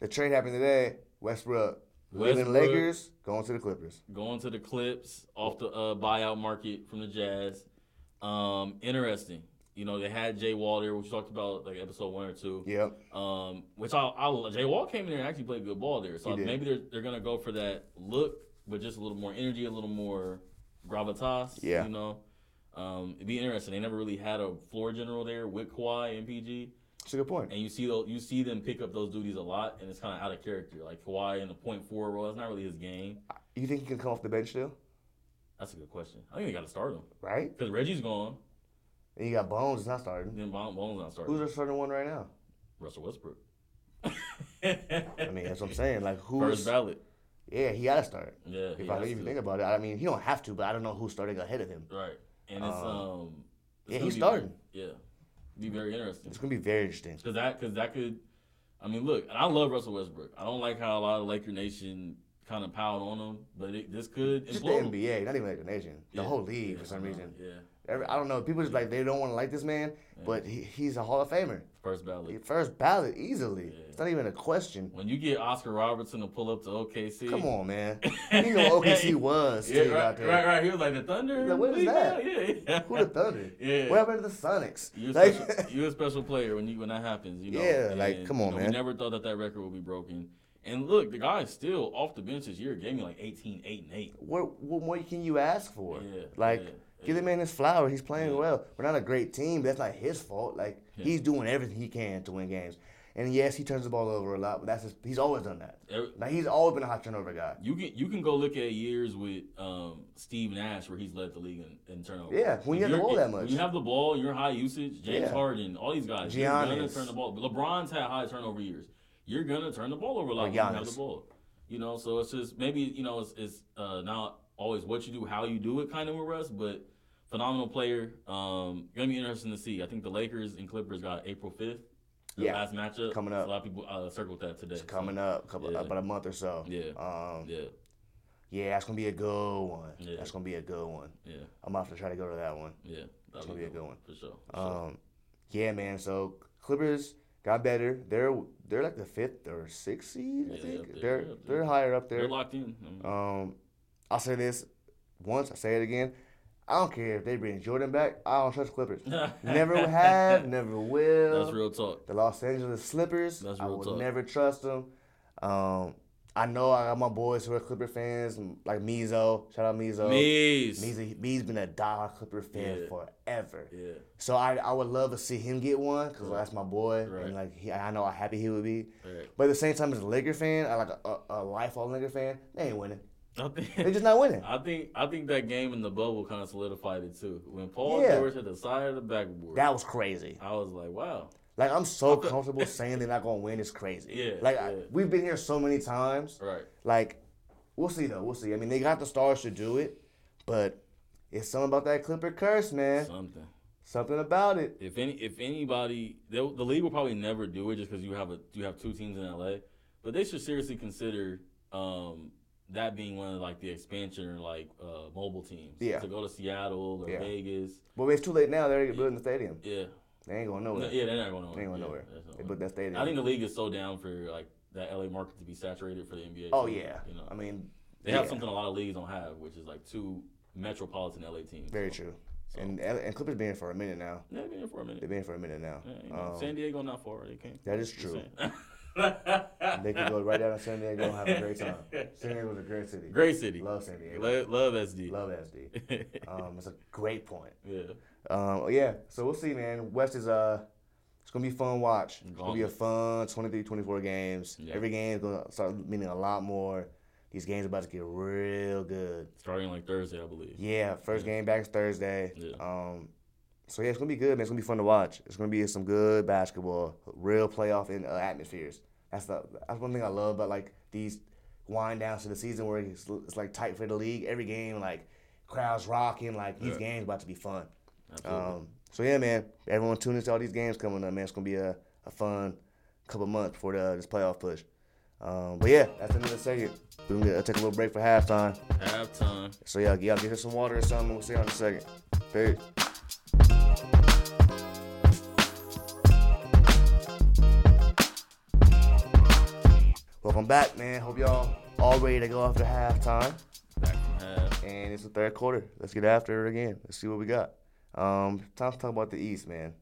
S2: the trade happened today. Westbrook leaving
S1: Westbrook.
S2: Lakers, going to the Clippers.
S1: going to the Clips off the uh, buyout market from the Jazz. Um, interesting. You know, they had Jay Wall there, which we talked about like episode one or two.
S2: Yep.
S1: Um, which I, I Jay Wall came in there and actually played good ball there. So
S2: He did.
S1: maybe they're they're gonna go for that look, but just a little more energy, a little more gravitas.
S2: Yeah.
S1: You know. Um, it'd be interesting. They never really had a floor general there with Kawhi and PG,
S2: It's a good point.
S1: and you see those, you see them pick up those duties a lot, and it's kind of out of character. Like Kawhi in the point four role, that's not really his game.
S2: You think he can come off the bench still?
S1: That's a good question. I think they got to start him
S2: Right?
S1: because Reggie's gone.
S2: And you got Bones is not starting.
S1: Then Bon- Bones not starting.
S2: Who's our starting one right now?
S1: Russell Westbrook.
S2: I mean, that's
S1: *laughs*
S2: what I'm saying. Like
S1: First
S2: who's?
S1: ballot.
S2: Yeah, he gotta start.
S1: Yeah. he
S2: If I
S1: has
S2: even
S1: to.
S2: think about it, I mean, he don't have to, but I don't know who's starting ahead of him.
S1: Right. And it's
S2: Um,
S1: um. it's
S2: yeah,
S1: gonna
S2: he's
S1: be-
S2: starting.
S1: Yeah. Be very interesting
S2: It's gonna be very interesting.
S1: because that because that could. I mean, look, and I love Russell Westbrook. I don't like how a lot of Laker Nation kind of piled on him, but it, this could
S2: Just the
S1: implode.
S2: NBA, not even like the nation, the
S1: Yeah.
S2: whole league
S1: Yeah,
S2: for some
S1: no,
S2: reason.
S1: Yeah.
S2: Every, I don't know. People just like they don't want to like this man, but he, he's a Hall of Famer,
S1: First ballot.
S2: first ballot easily.
S1: Yeah.
S2: It's not even a question.
S1: When you get Oscar Robertson to pull up to OKC.
S2: Come
S1: *laughs*
S2: on, man. You know OKC was
S1: Yeah,
S2: still out
S1: right,
S2: there.
S1: right, right. He was like the Thunder.
S2: He's like, what is
S1: League
S2: that?
S1: now?" Yeah, yeah.
S2: Who the Thunder?
S1: Yeah.
S2: What happened to the Sonics?
S1: *laughs* You're,
S2: Like, *laughs*
S1: special, you're a special player when you when that happens. You know.
S2: Yeah, like, come on,
S1: you know,
S2: man.
S1: We never thought that that record would be broken. And look, the guy is still off the bench this year. Gave me like 18, 8, and 8.
S2: what what more can you ask for?
S1: Yeah,
S2: like,
S1: yeah,
S2: give the man his flower. He's playing
S1: Yeah.
S2: well. We're not a great team. But that's not his fault. Like,
S1: Yeah.
S2: he's doing everything he can to win games. And yes, he turns the ball over a lot, but that's his, he's always done that.
S1: Every-
S2: Like he's always been a hot turnover guy.
S1: You can you can go look at years with um, Steve Nash where he's led the league in, in turnovers.
S2: Yeah, when you
S1: If
S2: have the
S1: you're-
S2: ball that
S1: if-
S2: much.
S1: When you have the ball, you're high usage. James
S2: Yeah.
S1: Harden, all these guys, you're gonna
S2: Giannis.
S1: turn the ball. LeBron's had high turnover years. You're gonna turn the ball over a lot
S2: Or
S1: when you have
S2: Giannis.
S1: the ball. You know, so it's just maybe you know it's, it's uh, not always what you do, how you do it, kind of with Russ, but phenomenal player. Um, gonna be interesting to see. I think the Lakers and Clippers got April fifth. The
S2: Yeah.
S1: last matchup
S2: Coming
S1: So
S2: up.
S1: A lot of people uh, circled that today.
S2: It's coming up, couple uh,
S1: Yeah.
S2: about a month or so.
S1: Yeah.
S2: Um, yeah.
S1: Yeah,
S2: that's gonna be a good one.
S1: Yeah.
S2: That's gonna be a good one.
S1: yeah,
S2: I'm gonna have to try to go to that one.
S1: yeah. That's
S2: gonna be a good one.
S1: for sure. for sure.
S2: Um, yeah, man. So Clippers got better. They're they're like the fifth or sixth seed. I
S1: Yeah, they're up there.
S2: think they're
S1: They're up there.
S2: they're higher up
S1: They're
S2: there.
S1: locked in. I mean,
S2: Um, I'll say this once. I say it again. I don't care if they bring Jordan back. I don't trust Clippers.
S1: *laughs*
S2: Uh, never have. Never will.
S1: That's real talk.
S2: The Los Angeles Slippers.
S1: That's
S2: I
S1: real
S2: will
S1: talk.
S2: never trust them. Um, I know I got my boys who are Clipper fans, like Mizo. Shout out Mizo.
S1: Mees.
S2: Mizo Me's been a diehard Clipper fan
S1: Yeah.
S2: forever.
S1: Yeah.
S2: So I, I would love to see him get one because that's my boy,
S1: Right.
S2: and like he, I know how happy he would be.
S1: Right.
S2: But at the same time, as a Laker fan, I like a, a, a lifelong Laker fan. They ain't winning.
S1: *laughs* I
S2: They're
S1: think,
S2: just not winning.
S1: I think I think that game in the bubble kind of solidified it too. When Paul
S2: Yeah.
S1: George hit the side of the backboard,
S2: That was crazy.
S1: I was like, wow.
S2: Like I'm so comfortable saying they're not gonna win. It's crazy.
S1: Yeah,
S2: Like I,
S1: yeah.
S2: we've been here so many times.
S1: Right.
S2: Like we'll see though. We'll see. I mean, they got the stars to do it, but it's something about that Clipper curse, man.
S1: Something.
S2: Something about it.
S1: If any if anybody they'll- the league will probably never do it just because you have a you have two teams in LA. But they should seriously consider um that being one of like the expansion or like uh mobile teams.
S2: Yeah.
S1: To go to Seattle or
S2: Yeah.
S1: Vegas.
S2: But it's too late now. They're already building the stadium.
S1: Yeah.
S2: They ain't going nowhere.
S1: No, yeah, they're not going nowhere.
S2: They ain't going
S1: Yeah,
S2: nowhere.
S1: that's not
S2: They
S1: what-
S2: built that stadium.
S1: I think the league is so down for like that LA market to be saturated for the NBA.
S2: Oh
S1: too,
S2: yeah.
S1: you know
S2: I mean,
S1: they have
S2: yeah.
S1: something a lot of leagues don't have, which is like two metropolitan LA teams.
S2: Very true. And and Clippers been here for a minute now.
S1: Yeah, been here for a minute.
S2: They've been here for a minute now.
S1: Yeah, you know,
S2: Um,
S1: San Diego not far. They can't.
S2: that is true.
S1: They
S2: They could go right down to San Diego and have a great time. San Diego's a great city.
S1: *laughs* Great city.
S2: Love San Diego.
S1: Love, love SD.
S2: Love SD. Um, it's a great point.
S1: *laughs* yeah.
S2: Um, yeah, so we'll see, man. West is uh, it's gonna be a fun watch. It's gonna be a
S1: Gauntlet.
S2: fun 23, 24 games.
S1: Yeah.
S2: Every game's gonna start meaning a lot more. These games about to get real good.
S1: Starting like Thursday, I believe.
S2: Yeah, first game back is Thursday.
S1: Yeah.
S2: Um, so yeah, it's gonna be good, man. It's gonna be fun to watch. It's gonna be some good basketball, real playoff in uh, atmospheres. That's the that's one thing I love about like these wind downs to the season where it's, it's like tight for the league. Every game, like crowds rocking. Like these
S1: Yeah.
S2: games about to be fun.
S1: Absolutely.
S2: Um, so yeah, man. Everyone tune into all these games coming up, man. It's gonna be a, a fun couple months for the, this playoff push. Um, but yeah, that's another second. We're gonna uh, take a little break for halftime.
S1: Halftime.
S2: So y'all, y'all get us some water or something. We'll see y'all in a second. Peace. Welcome back, man. Hope y'all all ready to go after halftime,
S1: Back from half.
S2: and it's the third quarter. Let's get after it again. Let's see what we got. Um, time to talk about the East, man.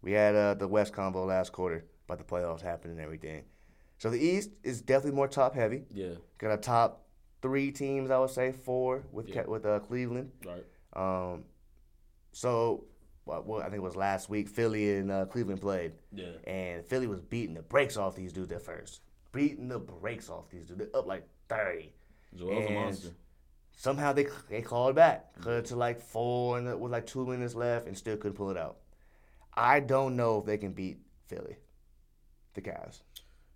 S2: We had uh, the West convo last quarter about the playoffs happening and everything. So the East is definitely more top heavy.
S1: Yeah.
S2: Got a top three teams, I would say four with
S1: Yeah.
S2: Ca- with uh, Cleveland.
S1: Right.
S2: Um, so well, well, I think it was last week Philly and uh, Cleveland played,
S1: Yeah.
S2: and Philly was beating the brakes off these dudes at first, beating the brakes off these dudes. They're up like thirty.
S1: Joel's a
S2: And-
S1: monster.
S2: Somehow they they called back, cut it to like four and with like two minutes left, and still couldn't pull it out. I don't know if they can beat Philly, the Cavs.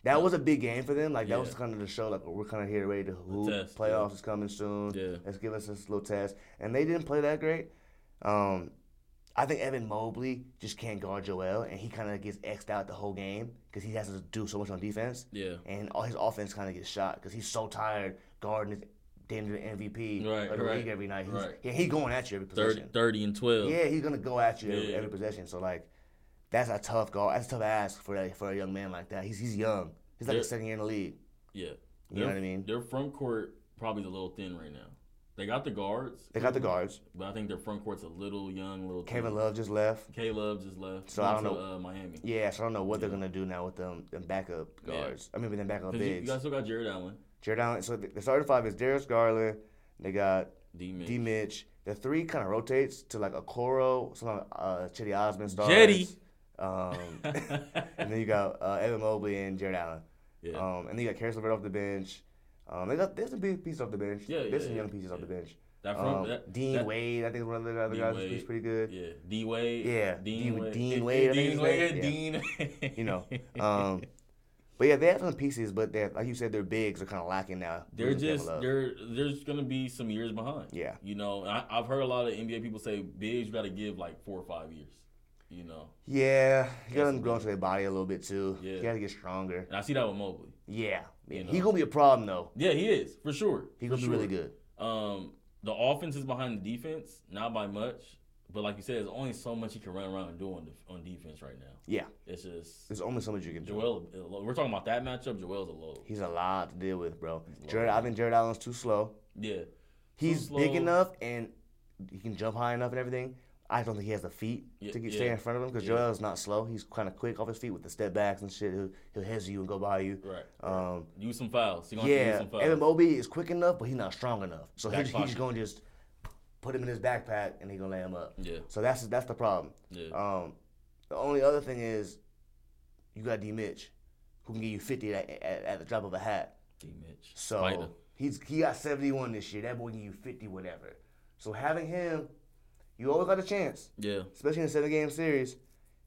S2: That was a big game for them. Like that
S1: Yeah.
S2: was kind of the show. Like we're kind of here ready to who
S1: test, yeah.
S2: playoffs is coming soon.
S1: Yeah.
S2: Let's give us this little test. And they didn't play that great. Um, I think Evan Mobley just can't guard Joel, and he kind of gets xed out the whole game because he has to do so much on defense,
S1: Yeah.
S2: and all his offense kind of gets shot because he's so tired guarding his damn near MVP
S1: Right,
S2: of the
S1: right,
S2: league every night. He's,
S1: right.
S2: Yeah, he's going at you every
S1: 30,
S2: possession.
S1: 30 and 12.
S2: Yeah, he's gonna go at you every,
S1: Yeah.
S2: every possession. So like, that's a tough guard. That's a tough ask for a, for a young man like that. He's he's young. He's like
S1: Yeah.
S2: a second year in the league.
S1: Yeah.
S2: You know what I mean?
S1: Their front court probably a little thin right now. They got the guards,
S2: They got the guards.
S1: but I think their front court's a little young, little thin.
S2: Kevin Love just left.
S1: K Love just left.
S2: So
S1: Went
S2: I don't
S1: to, uh, Miami.
S2: Yeah, so I don't know what they're gonna do now with them them backup
S1: Yeah.
S2: guards. I mean, with them backup
S1: Because you, you
S2: bigs.
S1: guys still got Jared Allen,
S2: Jared Allen. So the the starting five is Darius Garland. They got
S1: D. Mitch. *laughs*
S2: D. Mitch. The three kind of rotates to like a Coro, some like uh, Chetty Osmond starts.
S1: Chetty.
S2: Um, and then you got uh, Evan Mobley and Jared Allen.
S1: Yeah.
S2: Um, and then you got Karis LeVert off the bench. Um, they got there's some big pieces off the bench.
S1: Yeah, yeah,
S2: There's some
S1: yeah,
S2: young pieces off the bench.
S1: that front,
S2: Um,
S1: that,
S2: Dean
S1: that,
S2: Wade, I think is one of the other
S1: Dean
S2: guys.
S1: Wade.
S2: He's pretty good.
S1: Yeah. D Wade.
S2: Yeah,
S1: Dean
S2: D-
S1: Wade.
S2: Dean
S1: D-
S2: Wade, I think
S1: Dean
S2: his
S1: Wade.
S2: name-
S1: Dean. *laughs*
S2: You know. Um, but yeah, they have some pieces, but they're like you said, their bigs are kind of lacking now.
S1: They're
S2: Losing Kevin
S1: just
S2: Love.
S1: they're there's gonna be some years behind.
S2: Yeah.
S1: You know, and I, I've heard a lot of NBA people say bigs you gotta give like four or five years. You know,
S2: yeah. You got
S1: That's
S2: them grow into their body a little bit too.
S1: Yeah.
S2: You got to get stronger.
S1: and I see that with Mobley.
S2: Yeah,
S1: You know.
S2: he's gonna be a problem though.
S1: Yeah, he is for sure.
S2: He's
S1: for
S2: gonna be
S1: sure.
S2: really good.
S1: Um, the offense is behind the defense, not by much, but like you said, there's only so much he can run around and do on, def- on defense right now.
S2: Yeah,
S1: It's just
S2: there's only so much you can do.
S1: Joel. We're talking about that matchup. Joel's a low.
S2: He's a lot to deal with,
S1: a
S2: bro.
S1: lot.
S2: Jared, I think Jared Allen's too slow.
S1: Yeah,
S2: He's
S1: Too
S2: big
S1: slow.
S2: enough and he can jump high enough and everything. I don't think he has the feet
S1: Yeah,
S2: to get,
S1: yeah.
S2: stay in front of him because
S1: Yeah.
S2: Joel is not slow. He's kind of quick off his feet with the step backs and shit. He'll, he'll hesitate you and go by you.
S1: right.
S2: Um,
S1: Use some fouls. He gonna have
S2: yeah,
S1: to use some
S2: Evan
S1: fouls.
S2: Mobley is quick enough, but he's not strong enough. So
S1: Back
S2: he's, he's
S1: pocket.
S2: just gonna just put him in his backpack and he gonna lay him up.
S1: Yeah,
S2: So that's that's the problem.
S1: yeah,
S2: Um, the only other thing is you got D Mitch, who can give you fifty at, at, at the drop of a hat.
S1: D. Mitch.
S2: Uh, So
S1: Spider.
S2: he's he got 71 this year. That boy give you 50, whatever. So having him, you always got a chance,
S1: Yeah,
S2: especially in a seven game series.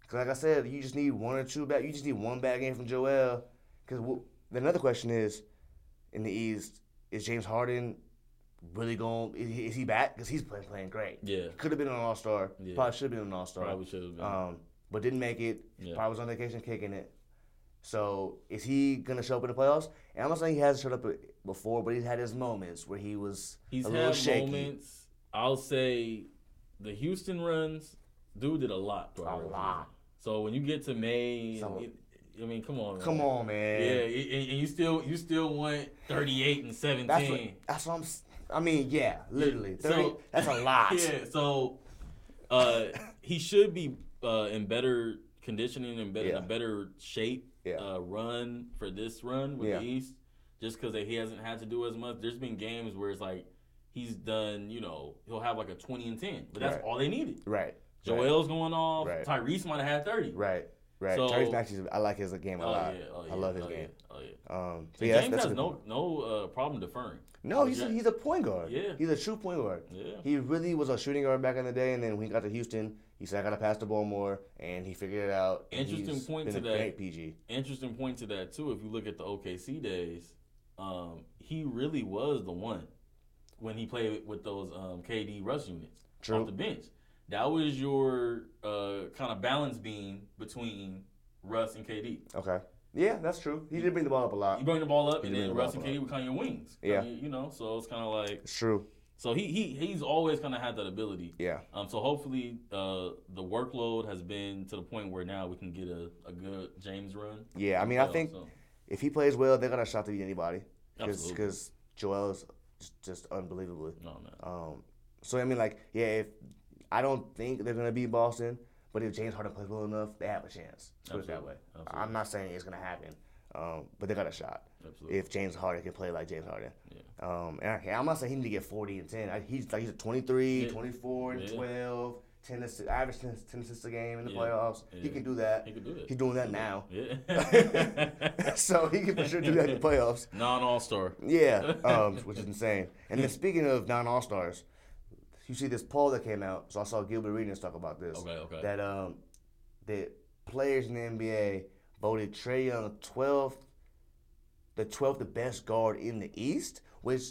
S2: 'Cause like I said, you just need one or two back. You just need one bad game from Joel. Because another question is, in the East, is James Harden really going? Is he, is he back? Because he's playing playing great.
S1: yeah.
S2: Could have been an All Star.
S1: Yeah.
S2: Probably should have been an All Star.
S1: Probably should have been.
S2: Um, but didn't make it.
S1: Mm-hmm. Yeah.
S2: Probably was on vacation kicking it. So is he gonna show up in the playoffs? And I'm not saying he hasn't showed up before, but he's had his moments where he was
S1: He's
S2: a little
S1: had
S2: shaky.
S1: moments. I'll say the Houston runs, dude did a lot.
S2: A
S1: throughout the
S2: lot.
S1: season. So when you get to May,
S2: So-
S1: it- I mean, come on.
S2: Come
S1: man.
S2: on,
S1: Yeah,
S2: man.
S1: and, and and you still you still want 38 and 17.
S2: That's what, that's what I'm. s- I mean, yeah, literally.
S1: So-
S2: 30 *laughs* that's a lot.
S1: *laughs* yeah, so uh, he should be uh, in better conditioning and better, in
S2: Yeah.
S1: a better shape
S2: Yeah.
S1: uh, run for this run with
S2: Yeah.
S1: the East, just because he hasn't had to do as much. There's been games where it's like he's done, you know, he'll have like a 20 and 10, but that's
S2: Right.
S1: all they needed.
S2: Right.
S1: Joel's going off.
S2: Right.
S1: Tyrese might have had 30.
S2: Right. Right.
S1: So-
S2: Tyrese Maxey's. I like his game a
S1: Oh, yeah,
S2: lot.
S1: oh, yeah,
S2: I love his
S1: oh,
S2: game.
S1: Yeah, oh, yeah.
S2: Um.
S1: So
S2: So yeah, that's,
S1: James
S2: that's a
S1: has
S2: good
S1: no,
S2: point.
S1: no uh, problem deferring.
S2: No, he's a,
S1: Yeah.
S2: he's a point guard.
S1: Yeah.
S2: He's a true point guard.
S1: Yeah.
S2: He really was a shooting guard back in the day, and then when he got to Houston, he said, "I gotta pass the ball more," and he figured it out. and
S1: Interesting
S2: he's
S1: point
S2: been
S1: to
S2: a
S1: that.
S2: Great PG.
S1: interesting point to that too. If you look at the OKC days, um, he really was the one when he played with those um, KD rush units
S2: True.
S1: off the bench. That was your uh, kind of balance beam between Russ and KD.
S2: Okay. Yeah, that's true. He did bring the ball up a lot.
S1: You bring the ball up, and
S2: You Uh, bring
S1: then
S2: the ball
S1: Russ and
S2: up a lot.
S1: KD were kind of your wings.
S2: Yeah.
S1: you, you know. So it's kind of like
S2: It's true.
S1: so he he he's always kind of had that ability.
S2: Yeah.
S1: Um, so hopefully uh, the workload has been to the point where now we can get a, a good James run.
S2: Yeah. I mean, I
S1: Yeah,
S2: think
S1: so.
S2: if he plays well, they got a shot to beat anybody.
S1: Absolutely.
S2: Because Joel is just, just unbelievable.
S1: no, no.
S2: Um. So I mean, like, yeah, if I don't think they're gonna beat Boston, but if James Harden plays well enough, they have a chance. Let's Put it that
S1: Absolutely.
S2: way.
S1: Absolutely.
S2: I'm not saying it's gonna happen, um, but they got a shot.
S1: Absolutely.
S2: If James Harden can play like James Harden.
S1: Yeah.
S2: Um, and I, I'm not saying he need to get 40 and 10. I, he's like he's at 23,
S1: Yeah.
S2: 24, and
S1: Yeah.
S2: 12, 10 assists, average 10, 10 assists a game in the
S1: Yeah.
S2: playoffs. He
S1: Yeah.
S2: can do that.
S1: He could do it.
S2: He's doing that now.
S1: Yeah.
S2: *laughs*
S1: *laughs*
S2: so he can for sure do that in the playoffs.
S1: non All Star.
S2: Yeah, um, which is insane. And then speaking of non All Stars, you see this poll that came out. So I saw Gilbert Arenas talk about this.
S1: Okay, okay.
S2: That um, that players in the NBA voted Trey Young twelfth, the twelfth, the best guard in the East. Which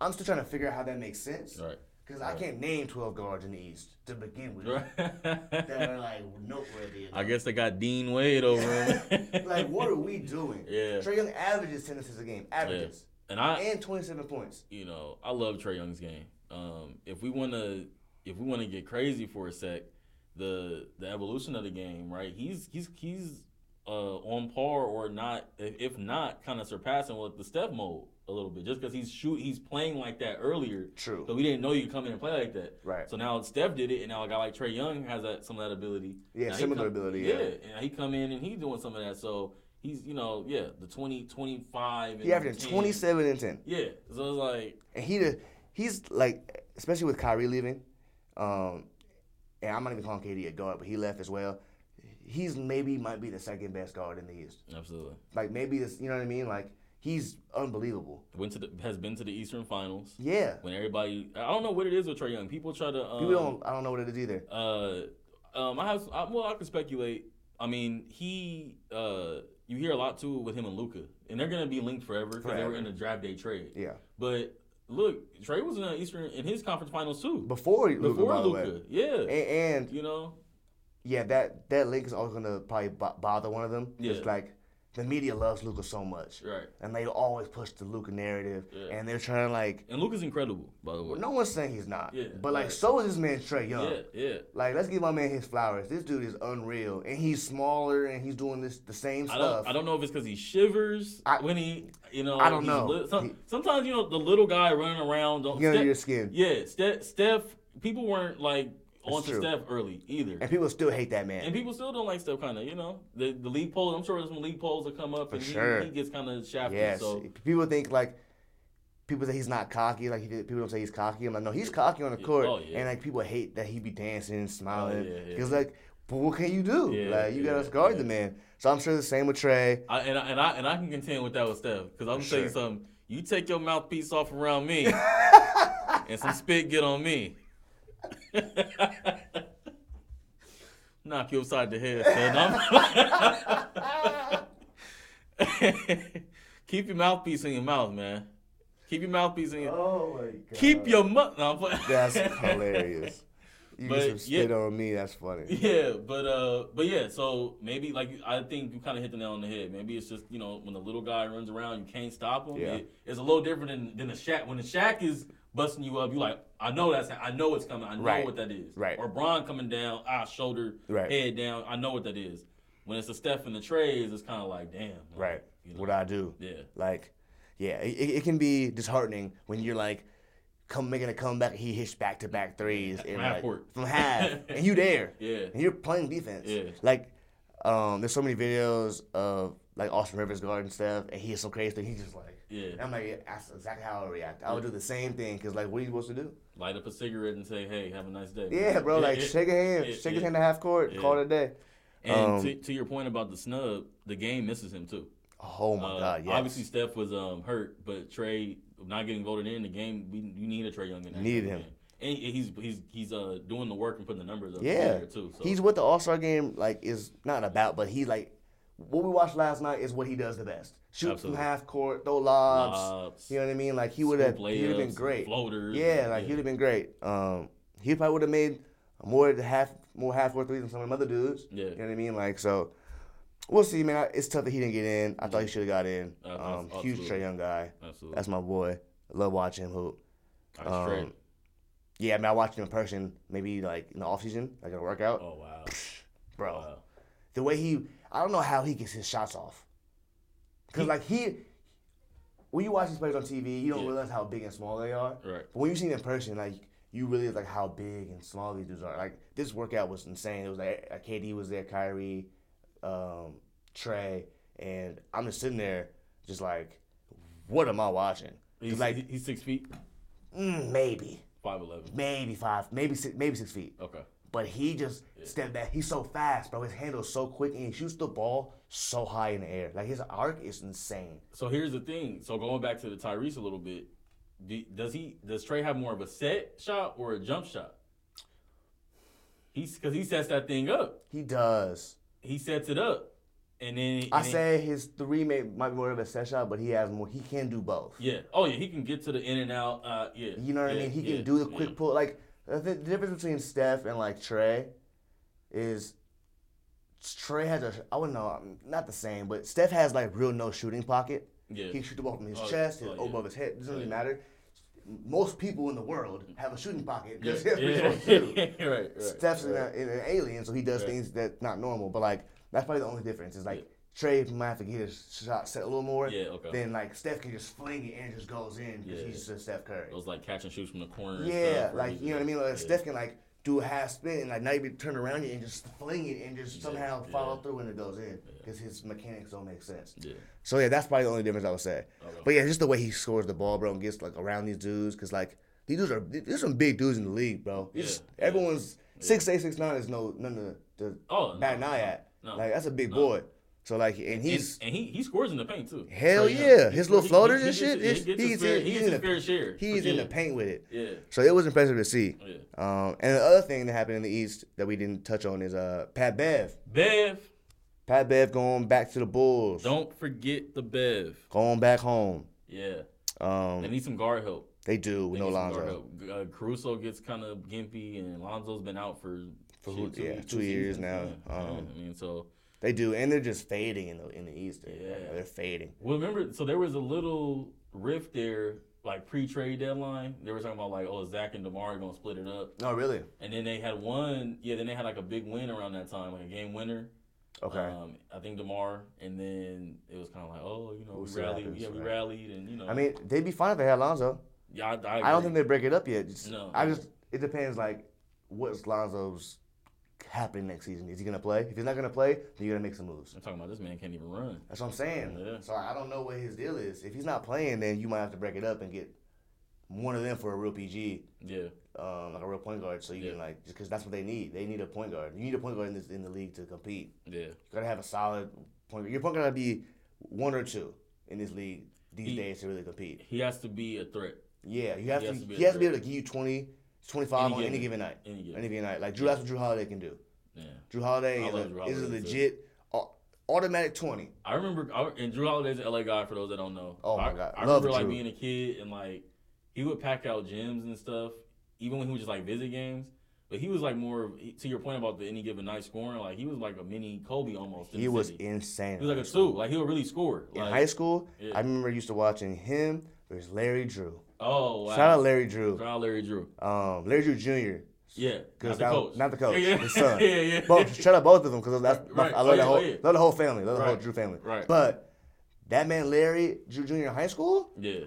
S2: I'm still trying to figure out how that makes sense.
S1: Right.
S2: Because I can't name twelve guards in the East to begin with *laughs* that
S1: Right.
S2: are like noteworthy.
S1: *laughs* I guess they got Dean Wade over him.
S2: *laughs* like, what are we doing?
S1: Yeah.
S2: Trey Young averages ten assists a game. Averages.
S1: and I,
S2: And 27 points.
S1: you know, I love Trey Young's game. Um, if we want to, if we want to get crazy for a sec, the the evolution of the game, right? He's he's he's uh, on par or not, if if not, kind of surpassing what the Steph mode a little bit, just because he's shoot he's playing like that earlier.
S2: True.
S1: So we didn't know you could come in and play like that.
S2: Right.
S1: So now Steph did it, and now a guy like Trey Young has that some of that ability.
S2: Yeah,
S1: Now he
S2: similar
S1: come-
S2: ability,
S1: and he come in and he doing some of that. So he's you know yeah the 20, 25. And
S2: He averaged
S1: 10.
S2: 27 and 10.
S1: Yeah. So it's like
S2: And he the- he's like, especially with Kyrie leaving, um, and I'm not even calling KD a guard, but he left as well. He's maybe might be the second best guard in the East.
S1: absolutely
S2: Like maybe this, you know what I mean? Like he's unbelievable.
S1: went to the has been to the Eastern Finals
S2: Yeah,
S1: when everybody I don't know what it is with Trey Young. People try to um,
S2: people don't. I don't know what it is either.
S1: Uh, um, I have I, well, I can speculate. I mean, he uh, you hear a lot too with him and Luca, and they're gonna be linked forever because they
S2: Forever.
S1: were in the draft day trade.
S2: Yeah,
S1: But look, Trey was in the Eastern in his conference finals too.
S2: before Luka,
S1: Before
S2: by the way.
S1: Luca, yeah,
S2: And, and
S1: you know,
S2: yeah, that that link is always gonna probably bo- bother one of them.
S1: Yeah.
S2: Just like the media loves Luca so much,
S1: right.
S2: and they always push the Luca narrative,
S1: Yeah.
S2: and they're trying to like
S1: And Luca's incredible, by the way.
S2: Well, no one's saying he's not.
S1: Yeah,
S2: but like,
S1: right.
S2: so is this man Trey Young.
S1: yeah, yeah.
S2: Like, let's give my man his flowers. This dude is unreal, and he's smaller, and he's doing this the same
S1: I
S2: stuff.
S1: don't, I don't know if it's because he shivers
S2: I-
S1: when he, you know.
S2: I don't
S1: he's
S2: know.
S1: lit- some-
S2: He-
S1: sometimes you know the little guy running around. Don't,
S2: Get under
S1: Steph-
S2: your skin.
S1: Yeah, Steph, Steph. People weren't like onto
S2: true.
S1: Steph early either.
S2: And people still hate that man.
S1: And people still don't like Steph, kind of, you know. The the league poll, I'm sure some league polls will come up, and he,
S2: sure.
S1: he gets kind of shafted.
S2: yes,
S1: So
S2: people think like people say he's not cocky. Like he, did- people don't say he's cocky. I'm like, no, he's cocky on the court.
S1: Oh, yeah. Oh,
S2: And like people hate that he be dancing and smiling
S1: yeah, yeah,
S2: because like, but what can you do?
S1: Yeah,
S2: like you
S1: yeah,
S2: gotta guard
S1: yeah.
S2: the man. So I'm sure the same with Trey.
S1: I and I, and I and I can contend with that with Steph because I'm gonna tell you
S2: Sure.
S1: something. You take your mouthpiece off around
S2: *laughs*
S1: me, and some spit get on me. *laughs* Knock you upside the head, son. I'm- *laughs* Keep your mouthpiece in your mouth, man. Keep your mouthpiece in your.
S2: *laughs* Oh my god.
S1: Keep your mouth. No, I'm playing. *laughs*
S2: That's hilarious. You
S1: But,
S2: get some spit
S1: yeah.
S2: on me. That's funny.
S1: *laughs* Yeah, but uh, but yeah, so maybe like I think you kind of hit the nail on the head. Maybe it's just you know when the little guy runs around, you can't stop him.
S2: Yeah.
S1: It- it's a little different than than the Shaq. When the Shaq is busting you up, you like I know that's I know it's coming. I know
S2: Right.
S1: what that is.
S2: Right.
S1: Or Bron coming down, ah shoulder,
S2: Right.
S1: head down. I know what that is. When it's a step in the trays, it's kind of like damn. like,
S2: Right.
S1: You know?
S2: What I do.
S1: Yeah.
S2: Like, yeah, it, it it can be disheartening when you're like, come making a comeback. He hits back to back threes and,
S1: half
S2: like,
S1: court. *laughs*
S2: from half, and you there,
S1: Yeah.
S2: and you're playing defense.
S1: Yeah.
S2: Like, um, there's so many videos of like Austin Rivers guarding stuff, and he hits some crazy thing. He's just like,
S1: Yeah.
S2: and I'm like, yeah, that's exactly how I would react. I would do the same thing because like, what are you supposed to do?
S1: Light up a cigarette and say, hey, have a nice day.
S2: Yeah, bro. Like,
S1: yeah.
S2: shake a hand,
S1: Yeah,
S2: shake his
S1: yeah.
S2: hand to half court, call it a day.
S1: And
S2: Um,
S1: to, to your point about the snub, the game misses him too.
S2: Oh my
S1: Uh,
S2: god, yeah.
S1: Obviously, Steph was um, hurt, but Trey not getting voted in the game. We you need a Trey Young in that
S2: Need
S1: game.
S2: him.
S1: and he- he's he's he's uh doing the work and putting the numbers up.
S2: Yeah,
S1: there too. So
S2: he's what the All Star game like is not about, but he like what we watched last night is what he does the best: shoot from
S1: Absolutely.
S2: half court, throw lobs.
S1: Lobs,
S2: You know what I mean? Like he would have,
S1: scoop
S2: he would have been
S1: layups,
S2: great.
S1: Floaters.
S2: Yeah, like he'd have been great. Um, he probably would have made more than half more half court threes than some of them other dudes.
S1: Yeah.
S2: you know what I mean? Like so, we'll see, man. I- It's tough that he didn't get in. I thought he should have got in.
S1: Uh,
S2: Um,
S1: abs-
S2: huge Trey
S1: absolutely.
S2: Young guy.
S1: absolutely.
S2: That's my boy. I love watching him hoop.
S1: That's Trey.
S2: um, Yeah, I mean, I watched him in person, maybe like in the off season, like in a workout,
S1: Oh wow,
S2: bro.
S1: wow.
S2: the way he I don't know how he gets his shots off. Cause
S1: He-
S2: like he when you watch these players on TV, you don't
S1: Yeah.
S2: realize how big and small they are.
S1: Right.
S2: But when you see them in person, like you really like how big and small these dudes are. Like this workout was insane. It was like uh, KD was there, Kyrie, um, Trey, and I'm just sitting there, just like, what am I watching? 'Cause,
S1: He's
S2: like
S1: he- he's six feet,
S2: mm, maybe,
S1: five eleven.
S2: maybe five, maybe six, maybe six feet.
S1: Okay.
S2: But he just stepped back. He's so fast, bro. His handle's so quick, and he shoots the ball so high in the air. Like his arc is insane.
S1: So here's the thing. So going back to the Tyrese a little bit, do, does he does Trey have more of a set shot or a jump shot? He's because he sets that thing up.
S2: He does.
S1: He sets it up, and then
S2: I
S1: and then-
S2: say his three may, might be more of a set shot, but he has more. He can do both.
S1: yeah. Oh yeah, he can get to the in and out. Uh, yeah.
S2: You know what
S1: yeah,
S2: I mean? He
S1: yeah,
S2: can do the
S1: yeah.
S2: quick pull. Like the, the difference between Steph and like Trey is Trey has a I wouldn't know not the same, but Steph has like real no shooting pocket.
S1: Yeah.
S2: He can shoot the ball from his
S1: Oh,
S2: chest, his
S1: oh, yeah.
S2: over above his head. Doesn't really
S1: yeah.
S2: matter. Most people in the world have a shooting pocket. *laughs* 'cause
S1: Yeah,
S2: that's what you're supposed
S1: yeah.
S2: to
S1: *laughs*
S2: do.
S1: right, right.
S2: Steph's
S1: right.
S2: in, a, in an alien, so he does
S1: Right.
S2: things that's not normal. But like that's probably the only difference. Is like Trey might have to get his shot set a little more.
S1: Yeah, okay.
S2: Then like Steph can just fling it and it just goes in because
S1: Yeah.
S2: he's just Steph Curry.
S1: It was like catch and shoot from the corner. and
S2: Yeah,
S1: stuff,
S2: like you know what I mean. Like
S1: Yeah.
S2: Steph can like do a half spin and like not even turn around it and just fling it and just somehow follow through when it goes in because his mechanics don't make sense.
S1: Yeah.
S2: So yeah, that's probably the only difference I would say. But yeah, just the way he scores the ball, bro, and gets like around these dudes because like these dudes are there's some big dudes in the league, bro. It's-
S1: Yeah, yeah.
S2: Everyone's six eight six nine is no none of the
S1: Oh,
S2: oh,
S1: no,
S2: bat an
S1: no,
S2: eye at.
S1: no,
S2: like that's a big boy. So like and
S1: And,
S2: he's.
S1: and he, he scores in the paint too.
S2: Hell
S1: So,
S2: yeah,
S1: he
S2: his
S1: scores-
S2: little
S1: he-
S2: floaters
S1: he
S2: and
S1: gets
S2: shit.
S1: his-
S2: it's-
S1: He gets his
S2: in-
S1: fair- he gets
S2: in
S1: his
S2: the-
S1: fair share.
S2: He's in
S1: Yeah.
S2: the paint with it.
S1: Yeah.
S2: So it was impressive to see.
S1: Yeah.
S2: Um, and the other thing that happened in the East that we didn't touch on is uh, Pat Bev.
S1: Bev,
S2: Pat Bev going back to the Bulls,
S1: don't forget the Bev.
S2: going back home.
S1: Yeah. They
S2: Um,
S1: need some guard help.
S2: they do with
S1: They
S2: no
S1: need some guard
S2: Lonzo.
S1: help. Uh, Caruso gets kind of gimpy, and Lonzo's been out for,
S2: For
S1: shit,
S2: who- yeah,
S1: weeks,
S2: two years
S1: seasons.
S2: now.
S1: Yeah, yeah,
S2: Um,
S1: I mean, so
S2: They do, and they're just fading in the in the East. They're-
S1: Yeah.
S2: they're fading.
S1: well, remember, so there was a little rift there, like pre-trade deadline. They were talking about like, oh, Zach and Demar gonna split it up,
S2: No, Oh, really.
S1: and then they had one. Yeah, then they had like a big win around that time, like a game winner.
S2: Okay.
S1: Um, I think Demar, and then it was kind of like, oh, you know,
S2: We'll see
S1: we
S2: what
S1: rallied,
S2: happens,
S1: yeah, we
S2: right.
S1: rallied, and you know,
S2: I mean, they'd be fine if they had Lonzo.
S1: yeah, I,
S2: I don't think they break it up yet. Just-
S1: No.
S2: I just it depends. Like, what's Lonzo's happening next season? Is he gonna play? If he's not gonna play, then you're gonna make some moves.
S1: I'm talking about this man can't even run.
S2: That's what I'm saying.
S1: Yeah.
S2: So I don't know what his deal is. If he's not playing, then you might have to break it up and get one of them for a real PG,
S1: Yeah,
S2: um, like a real point guard. So you
S1: Yeah.
S2: can like, just because that's what they need. They need a point guard. You need a point guard in, this, in the league to compete.
S1: yeah.
S2: You gotta have a solid point. guard. Your point guard gotta be one or two in this league these
S1: He-
S2: days to really compete.
S1: He has to be a threat.
S2: Yeah, you have
S1: He
S2: to.
S1: has to be
S2: he
S1: a
S2: has to be able to give you 20, 25
S1: Any
S2: on any
S1: given-
S2: given night.
S1: any given-
S2: Any given night. Like Drew, that's what Drew Holiday can do.
S1: Yeah.
S2: Drew Holiday
S1: I
S2: is
S1: love
S2: a,
S1: Drew
S2: is a
S1: Holiday, too.
S2: legit au- automatic twenty.
S1: I remember, I, and Drew Holiday's an LA guy. For those that don't know,
S2: Oh my
S1: I,
S2: God.
S1: I
S2: Love
S1: remember like
S2: Drew.
S1: being a kid and like he would pack out gyms and stuff, even when he would just like visit games. But he was like more of- to your point about the any given night scoring. Like he was like a mini Kobe almost. in
S2: He
S1: the
S2: was
S1: city.
S2: insane.
S1: he was like a two. Like he would really score.
S2: in
S1: Like,
S2: high school,
S1: yeah.
S2: I remember used to watching him versus Larry Drew.
S1: oh wow.
S2: Shout out Larry Drew.
S1: Shout out Larry Drew.
S2: Um, Larry Drew Jr.
S1: Yeah, not
S2: Because
S1: the
S2: that-
S1: coach.
S2: not the coach,
S1: Yeah, yeah.
S2: his
S1: *laughs*
S2: son.
S1: yeah, yeah.
S2: Both shout out both of them because that's my-
S1: Right.
S2: I love
S1: Oh,
S2: that
S1: yeah,
S2: whole
S1: oh, yeah.
S2: love the whole family, love the whole
S1: Right.
S2: Drew family.
S1: Right.
S2: But that man Larry Drew Jr. in high school,
S1: yeah,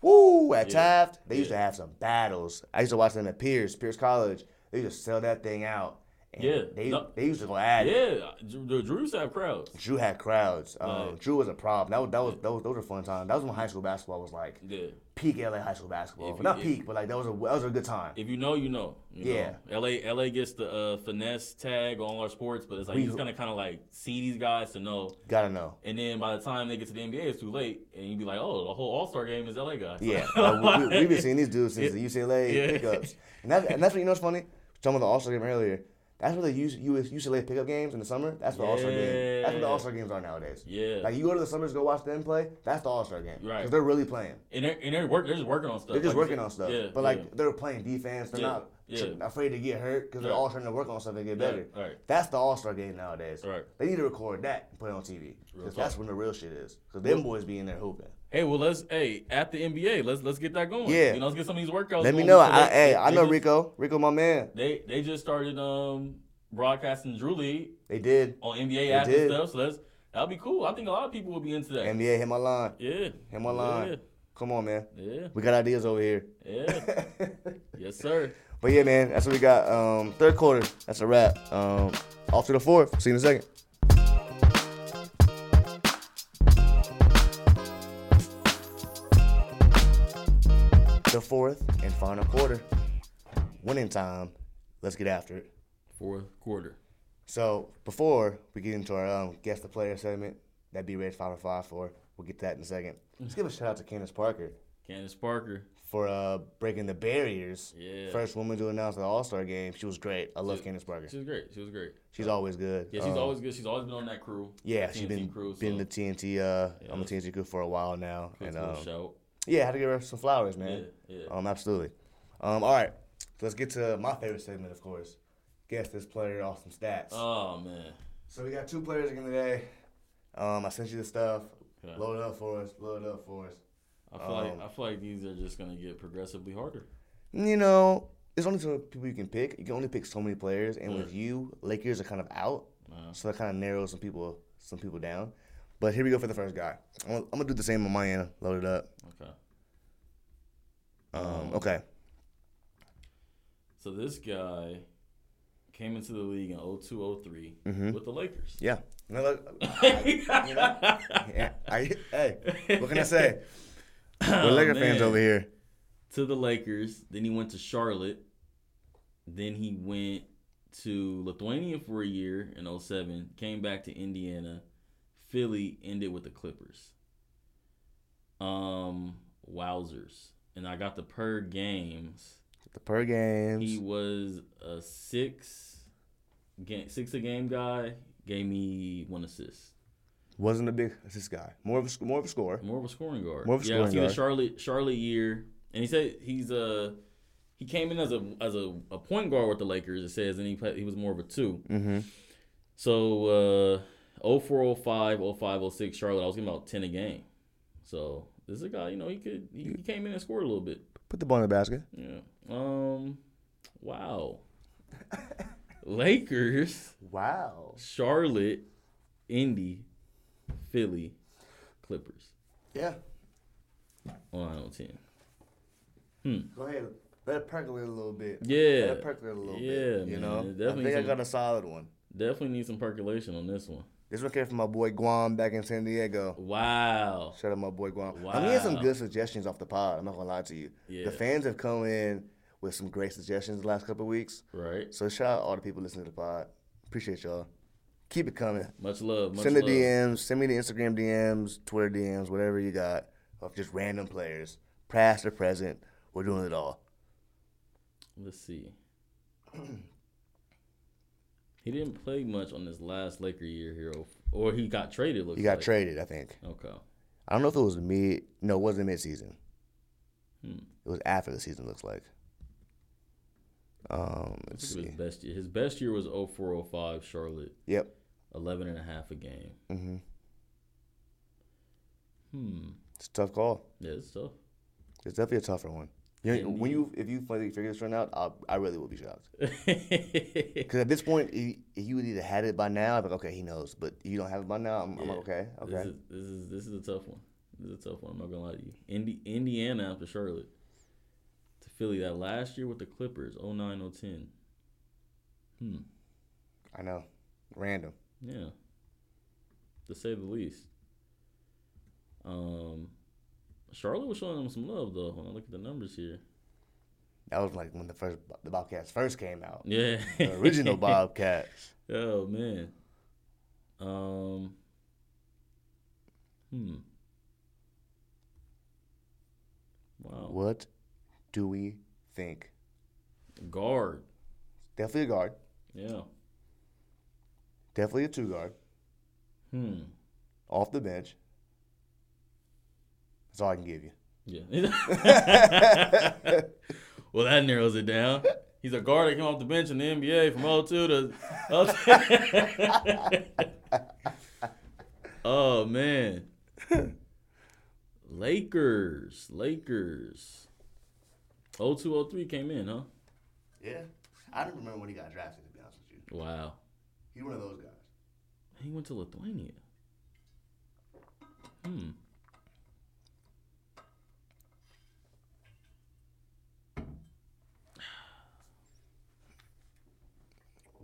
S2: woo at
S1: Yeah.
S2: Taft, they used to
S1: Yeah.
S2: have some battles. I used to watch them at Pierce, Pierce College. They used to sell that thing out. And
S1: Yeah.
S2: they
S1: No.
S2: they used to go at it.
S1: yeah. Drew, Drew used to have crowds.
S2: Drew had crowds. Um,
S1: Right.
S2: Drew was a problem. That was that was those those were fun times. That was when high school basketball was like
S1: Yeah.
S2: peak LA high school basketball.
S1: If you-
S2: Not
S1: if-
S2: peak, but like that was a that was a good time.
S1: If you know, you know. you
S2: Yeah.
S1: know. LA LA gets the uh, finesse tag on all our sports, but it's like
S2: We-
S1: you just gonna kind of like see these guys to know,
S2: Gotta know.
S1: and then by the time they get to the NBA, it's too late, and you be like, oh, the whole All Star game is LA guys. *laughs*
S2: Yeah,
S1: Like-
S2: like, we, have been seeing these dudes since the UCLA
S1: Yeah.
S2: pickups, and that's and that's what you know. What's funny? Some of the All Star game earlier. That's where the US, US, UCLA pickup games in the summer. That's the All Star game. That's what
S1: Yeah.
S2: the All Star games are nowadays.
S1: Yeah.
S2: Like you go to the summers, go watch them play. That's the All Star game.
S1: Right.
S2: Because they're really playing.
S1: and they're and they're, work, they're just working on stuff.
S2: They're just
S1: Like,
S2: working on stuff.
S1: Yeah,
S2: but like
S1: yeah.
S2: they're playing defense. They're
S1: Yeah.
S2: not
S1: Yeah.
S2: tr- afraid to get hurt because they're
S1: Right.
S2: all trying to work on stuff and get better.
S1: Yeah. Right.
S2: That's the All Star game nowadays.
S1: Right.
S2: They need to record that and put it on TV
S1: Real
S2: because that's when the real shit is. Because them boys be in there hooping.
S1: Hey, well, let's hey at the NBA, let's let's get that going.
S2: Yeah.
S1: You know, let's get some of these workouts.
S2: Let me
S1: going.
S2: know.
S1: So
S2: I,
S1: they-
S2: hey,
S1: they-
S2: I
S1: they
S2: know
S1: just-
S2: Rico. Rico, my man.
S1: They they just started um broadcasting Drew League
S2: They did.
S1: on NBA app and
S2: did.
S1: stuff. So that's that'll be cool. I think a lot of people will be into that.
S2: NBA, hit my line.
S1: yeah.
S2: Hit my line. Come on, man.
S1: Yeah.
S2: We got ideas over here. *laughs*
S1: Yeah. yeah. yes, sir.
S2: But yeah, man, that's what we got. Um, third quarter, that's a wrap. Um, off to the fourth. See you in a second. The fourth and final quarter, winning time. Let's get after it.
S1: Fourth quarter.
S2: So before we get into our um, guess the player segment, that be Red Final Five for. We'll get to that in a second. Let's give a shout out to Candace Parker
S1: Candace Parker.
S2: for uh, breaking the barriers.
S1: Yeah.
S2: First woman to announce the All Star game. She was great. I love
S1: She-
S2: Candace Parker.
S1: She was great. She was great.
S2: She's always good.
S1: Yeah, she's
S2: Um,
S1: always good. She's always been on that crew.
S2: yeah.
S1: the
S2: She's
S1: TNT
S2: been
S1: crew, so
S2: been the TNT. Uh,
S1: Yeah,
S2: on the TNT crew for a while now,
S1: cool,
S2: and
S1: cool
S2: um,
S1: shout.
S2: yeah, had to give her some flowers,
S1: Yeah,
S2: man.
S1: yeah.
S2: Um, absolutely. Um, all right. So let's get to my favorite segment, of course. Guess this player off some stats.
S1: oh man.
S2: So we got two players again today. Um, I sent you the stuff.
S1: Okay.
S2: Load it up for us. Load it up for us.
S1: I feel
S2: Um,
S1: like I feel like these are just gonna get progressively harder.
S2: You know, there's only so people you can pick. You can only pick so many players, and with you, Lakers are kind of out,
S1: Uh,
S2: so that kind of narrows some people some people down. But here we go for the first guy. I'm gonna, I'm gonna do the same on my end. Load it up.
S1: okay.
S2: Um,
S1: Uh-huh.
S2: okay.
S1: So this guy came into the league in 0203 with the Lakers.
S2: Yeah. No, look,
S1: *laughs*
S2: Mm-hmm. you know, yeah, I, hey, what can
S1: *laughs*
S2: I say? We're
S1: Oh,
S2: Laker fans
S1: man.
S2: over here.
S1: To the Lakers. Then he went to Charlotte. Then he went to Lithuania for a year in 07. Came back to Indiana. Philly ended with the Clippers. Um, wowzers. And I got the per games.
S2: The per games.
S1: He was a six game six a game guy. Gave me one assist.
S2: wasn't a big assist guy. More of a sc- more of a scorer.
S1: More of a scoring guard.
S2: More of a
S1: yeah, I
S2: scoring
S1: see the
S2: guard.
S1: Charlotte Charlotte year. And he said he's uh he came in as a as a, a point guard with the Lakers, it says, and he played, he was more of a two.
S2: Mm-hmm.
S1: So uh 0405, 0506 Charlotte, I was giving about ten a game. So this is a guy, you know, he could he, he came in and scored a little bit.
S2: Put the ball in the basket.
S1: Yeah. Um wow. *laughs* Lakers.
S2: Wow.
S1: Charlotte, Indy, Philly, Clippers
S2: Yeah.
S1: on 910.
S2: Go ahead. Let it percolate a little bit. Let
S1: Yeah.
S2: it percolate a little
S1: Yeah,
S2: bit. You
S1: man,
S2: know?
S1: it
S2: I
S1: definitely
S2: think I
S1: some-
S2: got a solid one.
S1: Definitely need some percolation on this one.
S2: This one came from my boy Guam back in San Diego.
S1: Wow.
S2: Shout out my boy Guam. I mean, he had some
S1: Wow.
S2: good suggestions off the pod. I'm not gonna lie to you.
S1: Yeah.
S2: The fans have come in with some great suggestions the last couple of weeks.
S1: Right.
S2: So shout out all the people listening to the pod. Appreciate y'all. Keep it coming.
S1: Much love. Much
S2: send the
S1: love.
S2: DMs. Send me the Instagram DMs, Twitter DMs, whatever you got of just random players, past or present. We're doing it all.
S1: Let's see. *clears throat* he didn't play much on this last Laker year here, or- or he got traded. Looks
S2: He got
S1: like.
S2: traded, I think.
S1: Okay.
S2: I don't know if it was mid. No, it wasn't mid season.
S1: Hmm.
S2: It was after the season. Looks like. Um, let's
S1: This was his
S2: see.
S1: best year. His best year was 0405 Charlotte,
S2: Yep.
S1: 11 and a half a game.
S2: hmm
S1: Hmm.
S2: It's a tough call.
S1: Yeah, it's tough. *laughs*
S2: It's definitely a tougher one. You
S1: Indeed.
S2: when you if you finally figure this one out, I'll, I really will be shocked. Because at this point, you, you would either had it by now. I'm like, okay, he knows, but you don't have it by now. I'm, I'm
S1: Yeah.
S2: like, okay,
S1: This
S2: okay.
S1: is, this is this is a tough one. This is a tough one. I'm not gonna lie to you. Indi- Indiana after Charlotte to Philly that last year with the Clippers, 09 010. Hmm.
S2: I know, random.
S1: Yeah. To say the least. Um, Charlotte was showing them some love though. When I look at the numbers here. *laughs*
S2: That was like when the first the Bobcats first came
S1: *laughs*
S2: out.
S1: Yeah.
S2: The original Bobcats.
S1: Oh man. Um. Hmm. Wow.
S2: What do we think?
S1: Guard.
S2: Definitely a guard.
S1: Yeah.
S2: Definitely a two guard.
S1: Hmm.
S2: Off the bench. That's all I can give you.
S1: Yeah. *laughs* well, that narrows it down. He's a guard that came off the bench in the NBA from 02 to. *laughs* oh, man. Lakers. Lakers. 02 03 came in, huh?
S2: Yeah, I don't remember when he got drafted. To be honest with you,
S1: Wow.
S2: he's one of those guys.
S1: He went to Lithuania. Hmm.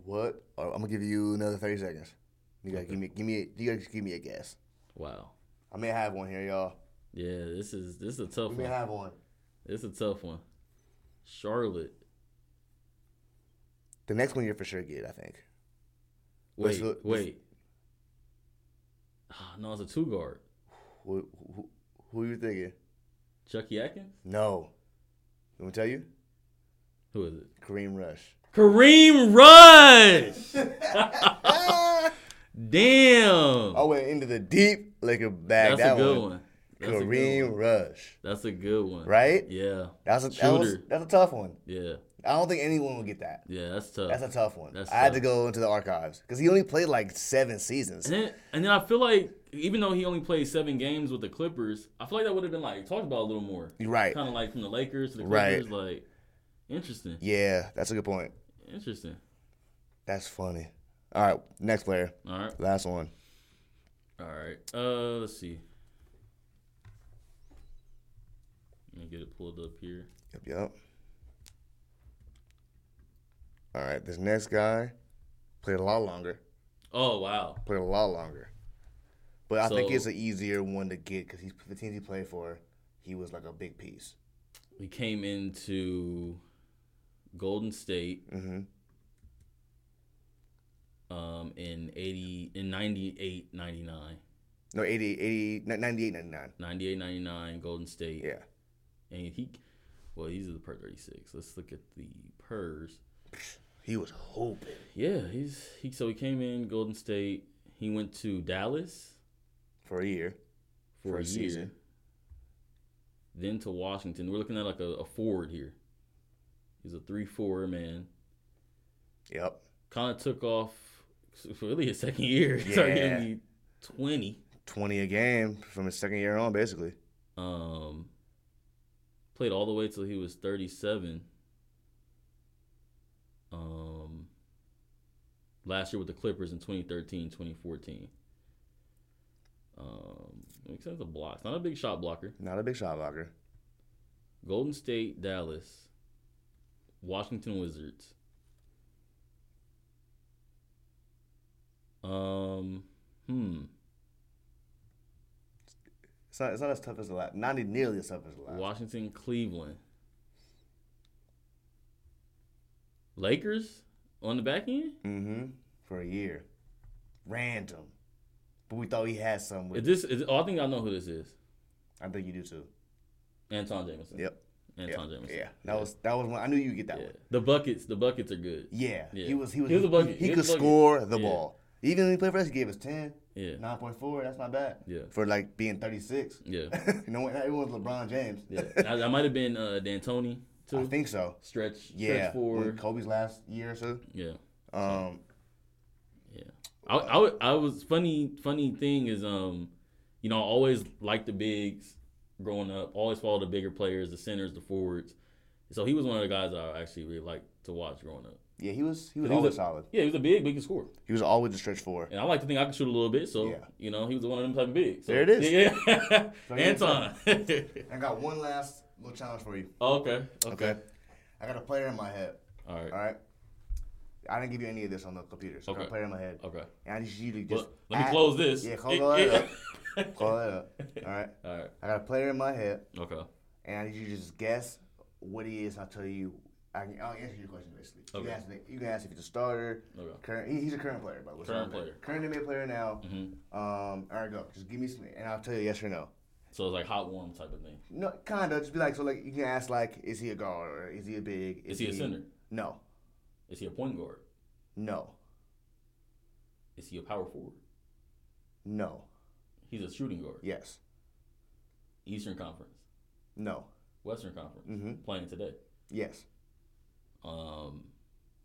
S2: What? Or I'm gonna give you another thirty seconds. You gotta
S1: Okay.
S2: give me, give me, a, you gotta just give me a guess.
S1: Wow.
S2: I may have one here, y'all.
S1: Yeah, this is this is a tough
S2: We may
S1: one.
S2: have one.
S1: This is a tough one. Charlotte.
S2: The next one you're for sure get, I think. Let's
S1: Wait,
S2: look-
S1: wait. Ah, no, it's a two guard.
S2: Who, who, who you thinking?
S1: Chucky Atkins.
S2: No. Let me tell you,
S1: Who is it?
S2: Kareem *laughs* Rush.
S1: Kareem Rush. Damn.
S2: I went into the deep like a bag.
S1: That's
S2: Oh, that
S1: a good
S2: one.
S1: one. That's a good
S2: Kareem
S1: one.
S2: Rush.
S1: That's a good one.
S2: Right?
S1: Yeah.
S2: That's a that was,
S1: Shooter.
S2: that's a tough one.
S1: Yeah.
S2: I don't think anyone would get that.
S1: Yeah. That's tough.
S2: That's a tough one.
S1: That's
S2: I had
S1: tough.
S2: to go into the archives because he only played like seven seasons.
S1: And then, and then I feel like even though he only played seven games with the Clippers, I feel like that would have been like talked about a little more.
S2: You're right.
S1: Kind of like from the Lakers to the
S2: Right.
S1: Clippers, like interesting,
S2: Yeah, that's a good point.
S1: interesting.
S2: That's funny. All right, next player,
S1: All right,
S2: last one.
S1: all right. Uh, let's see. Let me get it pulled up here.
S2: Yep, yep. All right, this next guy played a lot longer.
S1: Oh wow,
S2: Played a lot longer, but I think
S1: So-
S2: it's an easier one to get because he's the teams he played for. He was like a big piece.
S1: we came into Golden State
S2: Mm-hmm.
S1: um in 80 in 98 99
S2: No, 80, 80, 98, 99.
S1: 98 99 Golden State
S2: Yeah.
S1: and he well these are the per 36 let's look at the pers
S2: He was hoping.
S1: yeah he's he so he came in golden state he went to dallas
S2: For a year.
S1: for,
S2: For a
S1: a, year
S2: season.
S1: then to washington we're looking at like a, a forward here he's a three four man
S2: Yep.
S1: kind of took off *laughs* for really his second year *laughs* started
S2: Yeah.
S1: getting 20
S2: 20 a game from his second year on, basically.
S1: um played all the way till he was 37 um last year with the clippers in 2013 2014 um makes sense of blocks not a big shot blocker
S2: Not a big shot blocker.
S1: golden state dallas washington wizards um hmm
S2: It's not, it's not as tough as the last. Not e- nearly as tough as the last.
S1: Washington, Cleveland. Lakers on the back end?
S2: Mm-hmm. For a year. Random. But we thought he had some.
S1: Is
S2: With,
S1: this is oh, I think I know who this is.
S2: I think you do too.
S1: Anton Jameson.
S2: Yep.
S1: Anton
S2: Yeah.
S1: Jameson.
S2: yeah. That was that was one. I knew you get that
S1: Yeah.
S2: one.
S1: The buckets, the buckets are good.
S2: Yeah.
S1: Yeah.
S2: He was he was
S1: He was a bucket.
S2: He,
S1: He was
S2: could
S1: a bucket.
S2: score the
S1: Yeah.
S2: ball. Even when he played for us, he gave us 10,
S1: Yeah.
S2: 9.4. That's not bad.
S1: Yeah.
S2: For like being 36.
S1: Yeah.
S2: *laughs* you know, what? everyone's LeBron James. *laughs*
S1: Yeah. That, that might have been uh D'Antoni too.
S2: I think so.
S1: stretch
S2: Yeah.
S1: stretch
S2: When
S1: four.
S2: Kobe's last year or so.
S1: Yeah.
S2: Um,
S1: Yeah. I, I, wa- I was funny funny thing is um you know I always liked the bigs growing up always followed the bigger players the centers the forwards so he was one of the guys I actually really liked to watch growing up
S2: yeah, he was he was
S1: He was
S2: always
S1: a-
S2: solid.
S1: yeah he was a big but he could score
S2: He was always a stretch four.
S1: and I like to think I could shoot a little bit so
S2: Yeah.
S1: you know he was one of them type of bigs so,
S2: There it is.
S1: yeah,
S2: *laughs* So here's
S1: Anton *laughs* okay.
S2: I got one last little challenge for you.
S1: okay
S2: Okay. I got a player in my head.
S1: all right
S2: All right. I didn't give you any of this on the computer, so I got a
S1: Okay.
S2: player in my head.
S1: okay
S2: And I just usually just
S1: well, let me
S2: add-
S1: close this
S2: Ah, Yeah, close all that
S1: up
S2: Call that up. All right.
S1: *laughs* all right
S2: I got a player in my head,
S1: okay
S2: and I need you to just guess what he is. and I'll tell you. I can, I'll answer your question basically. You,
S1: Okay.
S2: can ask, me- you can ask if he's a starter.
S1: Okay.
S2: Current, he, he's a current player, by the way. so
S1: Current
S2: I'm gonna-
S1: player.
S2: Current NBA player now.
S1: Mhm.
S2: Um, all right, go. Just give me some, and I'll tell you yes or no.
S1: so it's like hot warm type of thing
S2: No, kind of. Just be like, so like you can ask like, is he a guard or is he a big?
S1: is he a center
S2: No,
S1: is he a point guard
S2: no,
S1: Is he a power forward?
S2: no.
S1: He's a shooting guard.
S2: Yes,
S1: Eastern Conference,
S2: no.
S1: Western Conference,
S2: Mm-hmm.
S1: playing today.
S2: Yes,
S1: Um,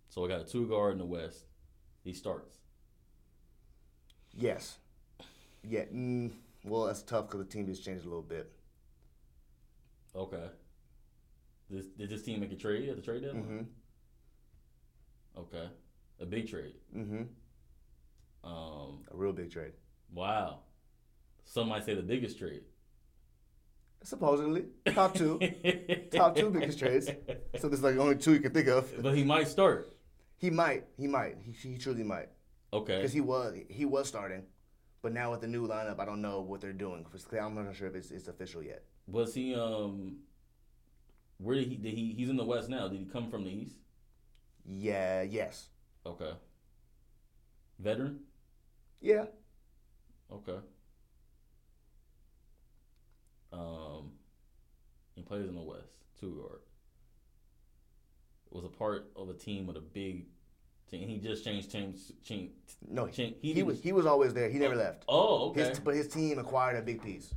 S1: so I got a two guard in the West. He starts.
S2: yes, yeah. Mm, well, that's tough because the team just changed a little bit.
S1: Okay. This, did this team make a trade at the trade deadline?
S2: Mm-hmm.
S1: Okay, a big trade.
S2: Mm-hmm.
S1: Um,
S2: A real big trade.
S1: wow. Some might say the biggest trade.
S2: Supposedly
S1: *laughs*
S2: top two, top two biggest trades. So there's like only two you can think of.
S1: But he might start.
S2: He might. He might. He, he truly might.
S1: Okay.
S2: Because he was he was starting, but now with the new lineup, I don't know what they're doing. 'Cause I'm not sure if it's, it's official yet.
S1: Was he um? Where did he? Did he? He's in the West now. Did he come from the East?
S2: Yeah. Yes.
S1: Okay. Veteran.
S2: Yeah.
S1: Okay. Um, he plays in the West, two guard. Was a part of a team with a big team. He just changed teams. Change,
S2: No. He,
S1: change, he,
S2: he
S1: was.
S2: was he was always there. He never left.
S1: Oh, okay.
S2: His, but his team acquired a big piece.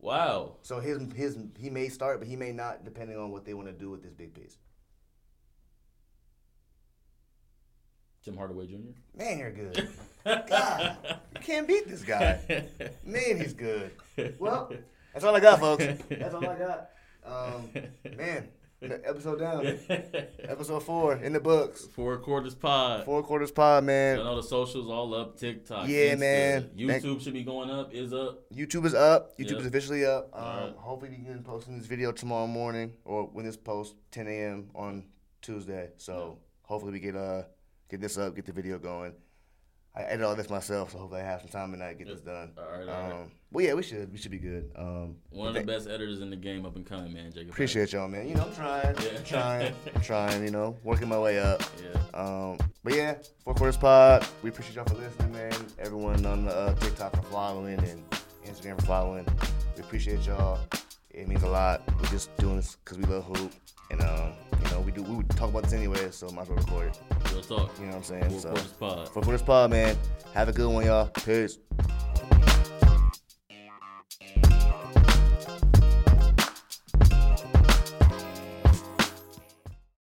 S1: wow.
S2: So his his he may start, but he may not, depending on what they want to do with this big piece.
S1: Tim Hardaway Jr.
S2: Man,
S1: *laughs*
S2: you're good. God, you can't beat this guy. Man, he's good. Well, that's all I got, folks. That's all I got. Um, man, episode
S1: *laughs*
S2: down. Episode four in the books.
S1: Four quarters pod.
S2: Four quarters pod,
S1: I
S2: man.
S1: know the socials all up. TikTok.
S2: Yeah,
S1: Insta.
S2: man.
S1: YouTube should be going up. Is up.
S2: YouTube is up. YouTube
S1: Yep.
S2: is officially up.
S1: All
S2: Um,
S1: right.
S2: Hopefully, we can post this video tomorrow morning or when this posts 10 a.m. on Tuesday. So hopefully, we get uh get this up, get the video going. I edit all this myself, so hopefully, I have some time tonight to get this done.
S1: All right. All right.
S2: Um, well, yeah, we should we should be good. Um,
S1: One of the best editors in the game, up and coming, man. Jacob.
S2: appreciate y'all, man. You know, I'm trying,
S1: Yeah. *laughs*
S2: I'm trying, I'm trying. You know, working my way up.
S1: Yeah.
S2: Um, but yeah, Four Quarters Pod. We appreciate y'all for listening, man. Everyone on the uh, TikTok for following and Instagram for following. We appreciate y'all. It means a lot. We're just doing this because we love hoop, and um, you know, we do. We would talk about this anyway, so might as well record it.
S1: Real talk.
S2: You know what I'm saying?
S1: Four
S2: so,
S1: quarters pod.
S2: Four Quarters Pod, man. Have a good one, y'all. Peace.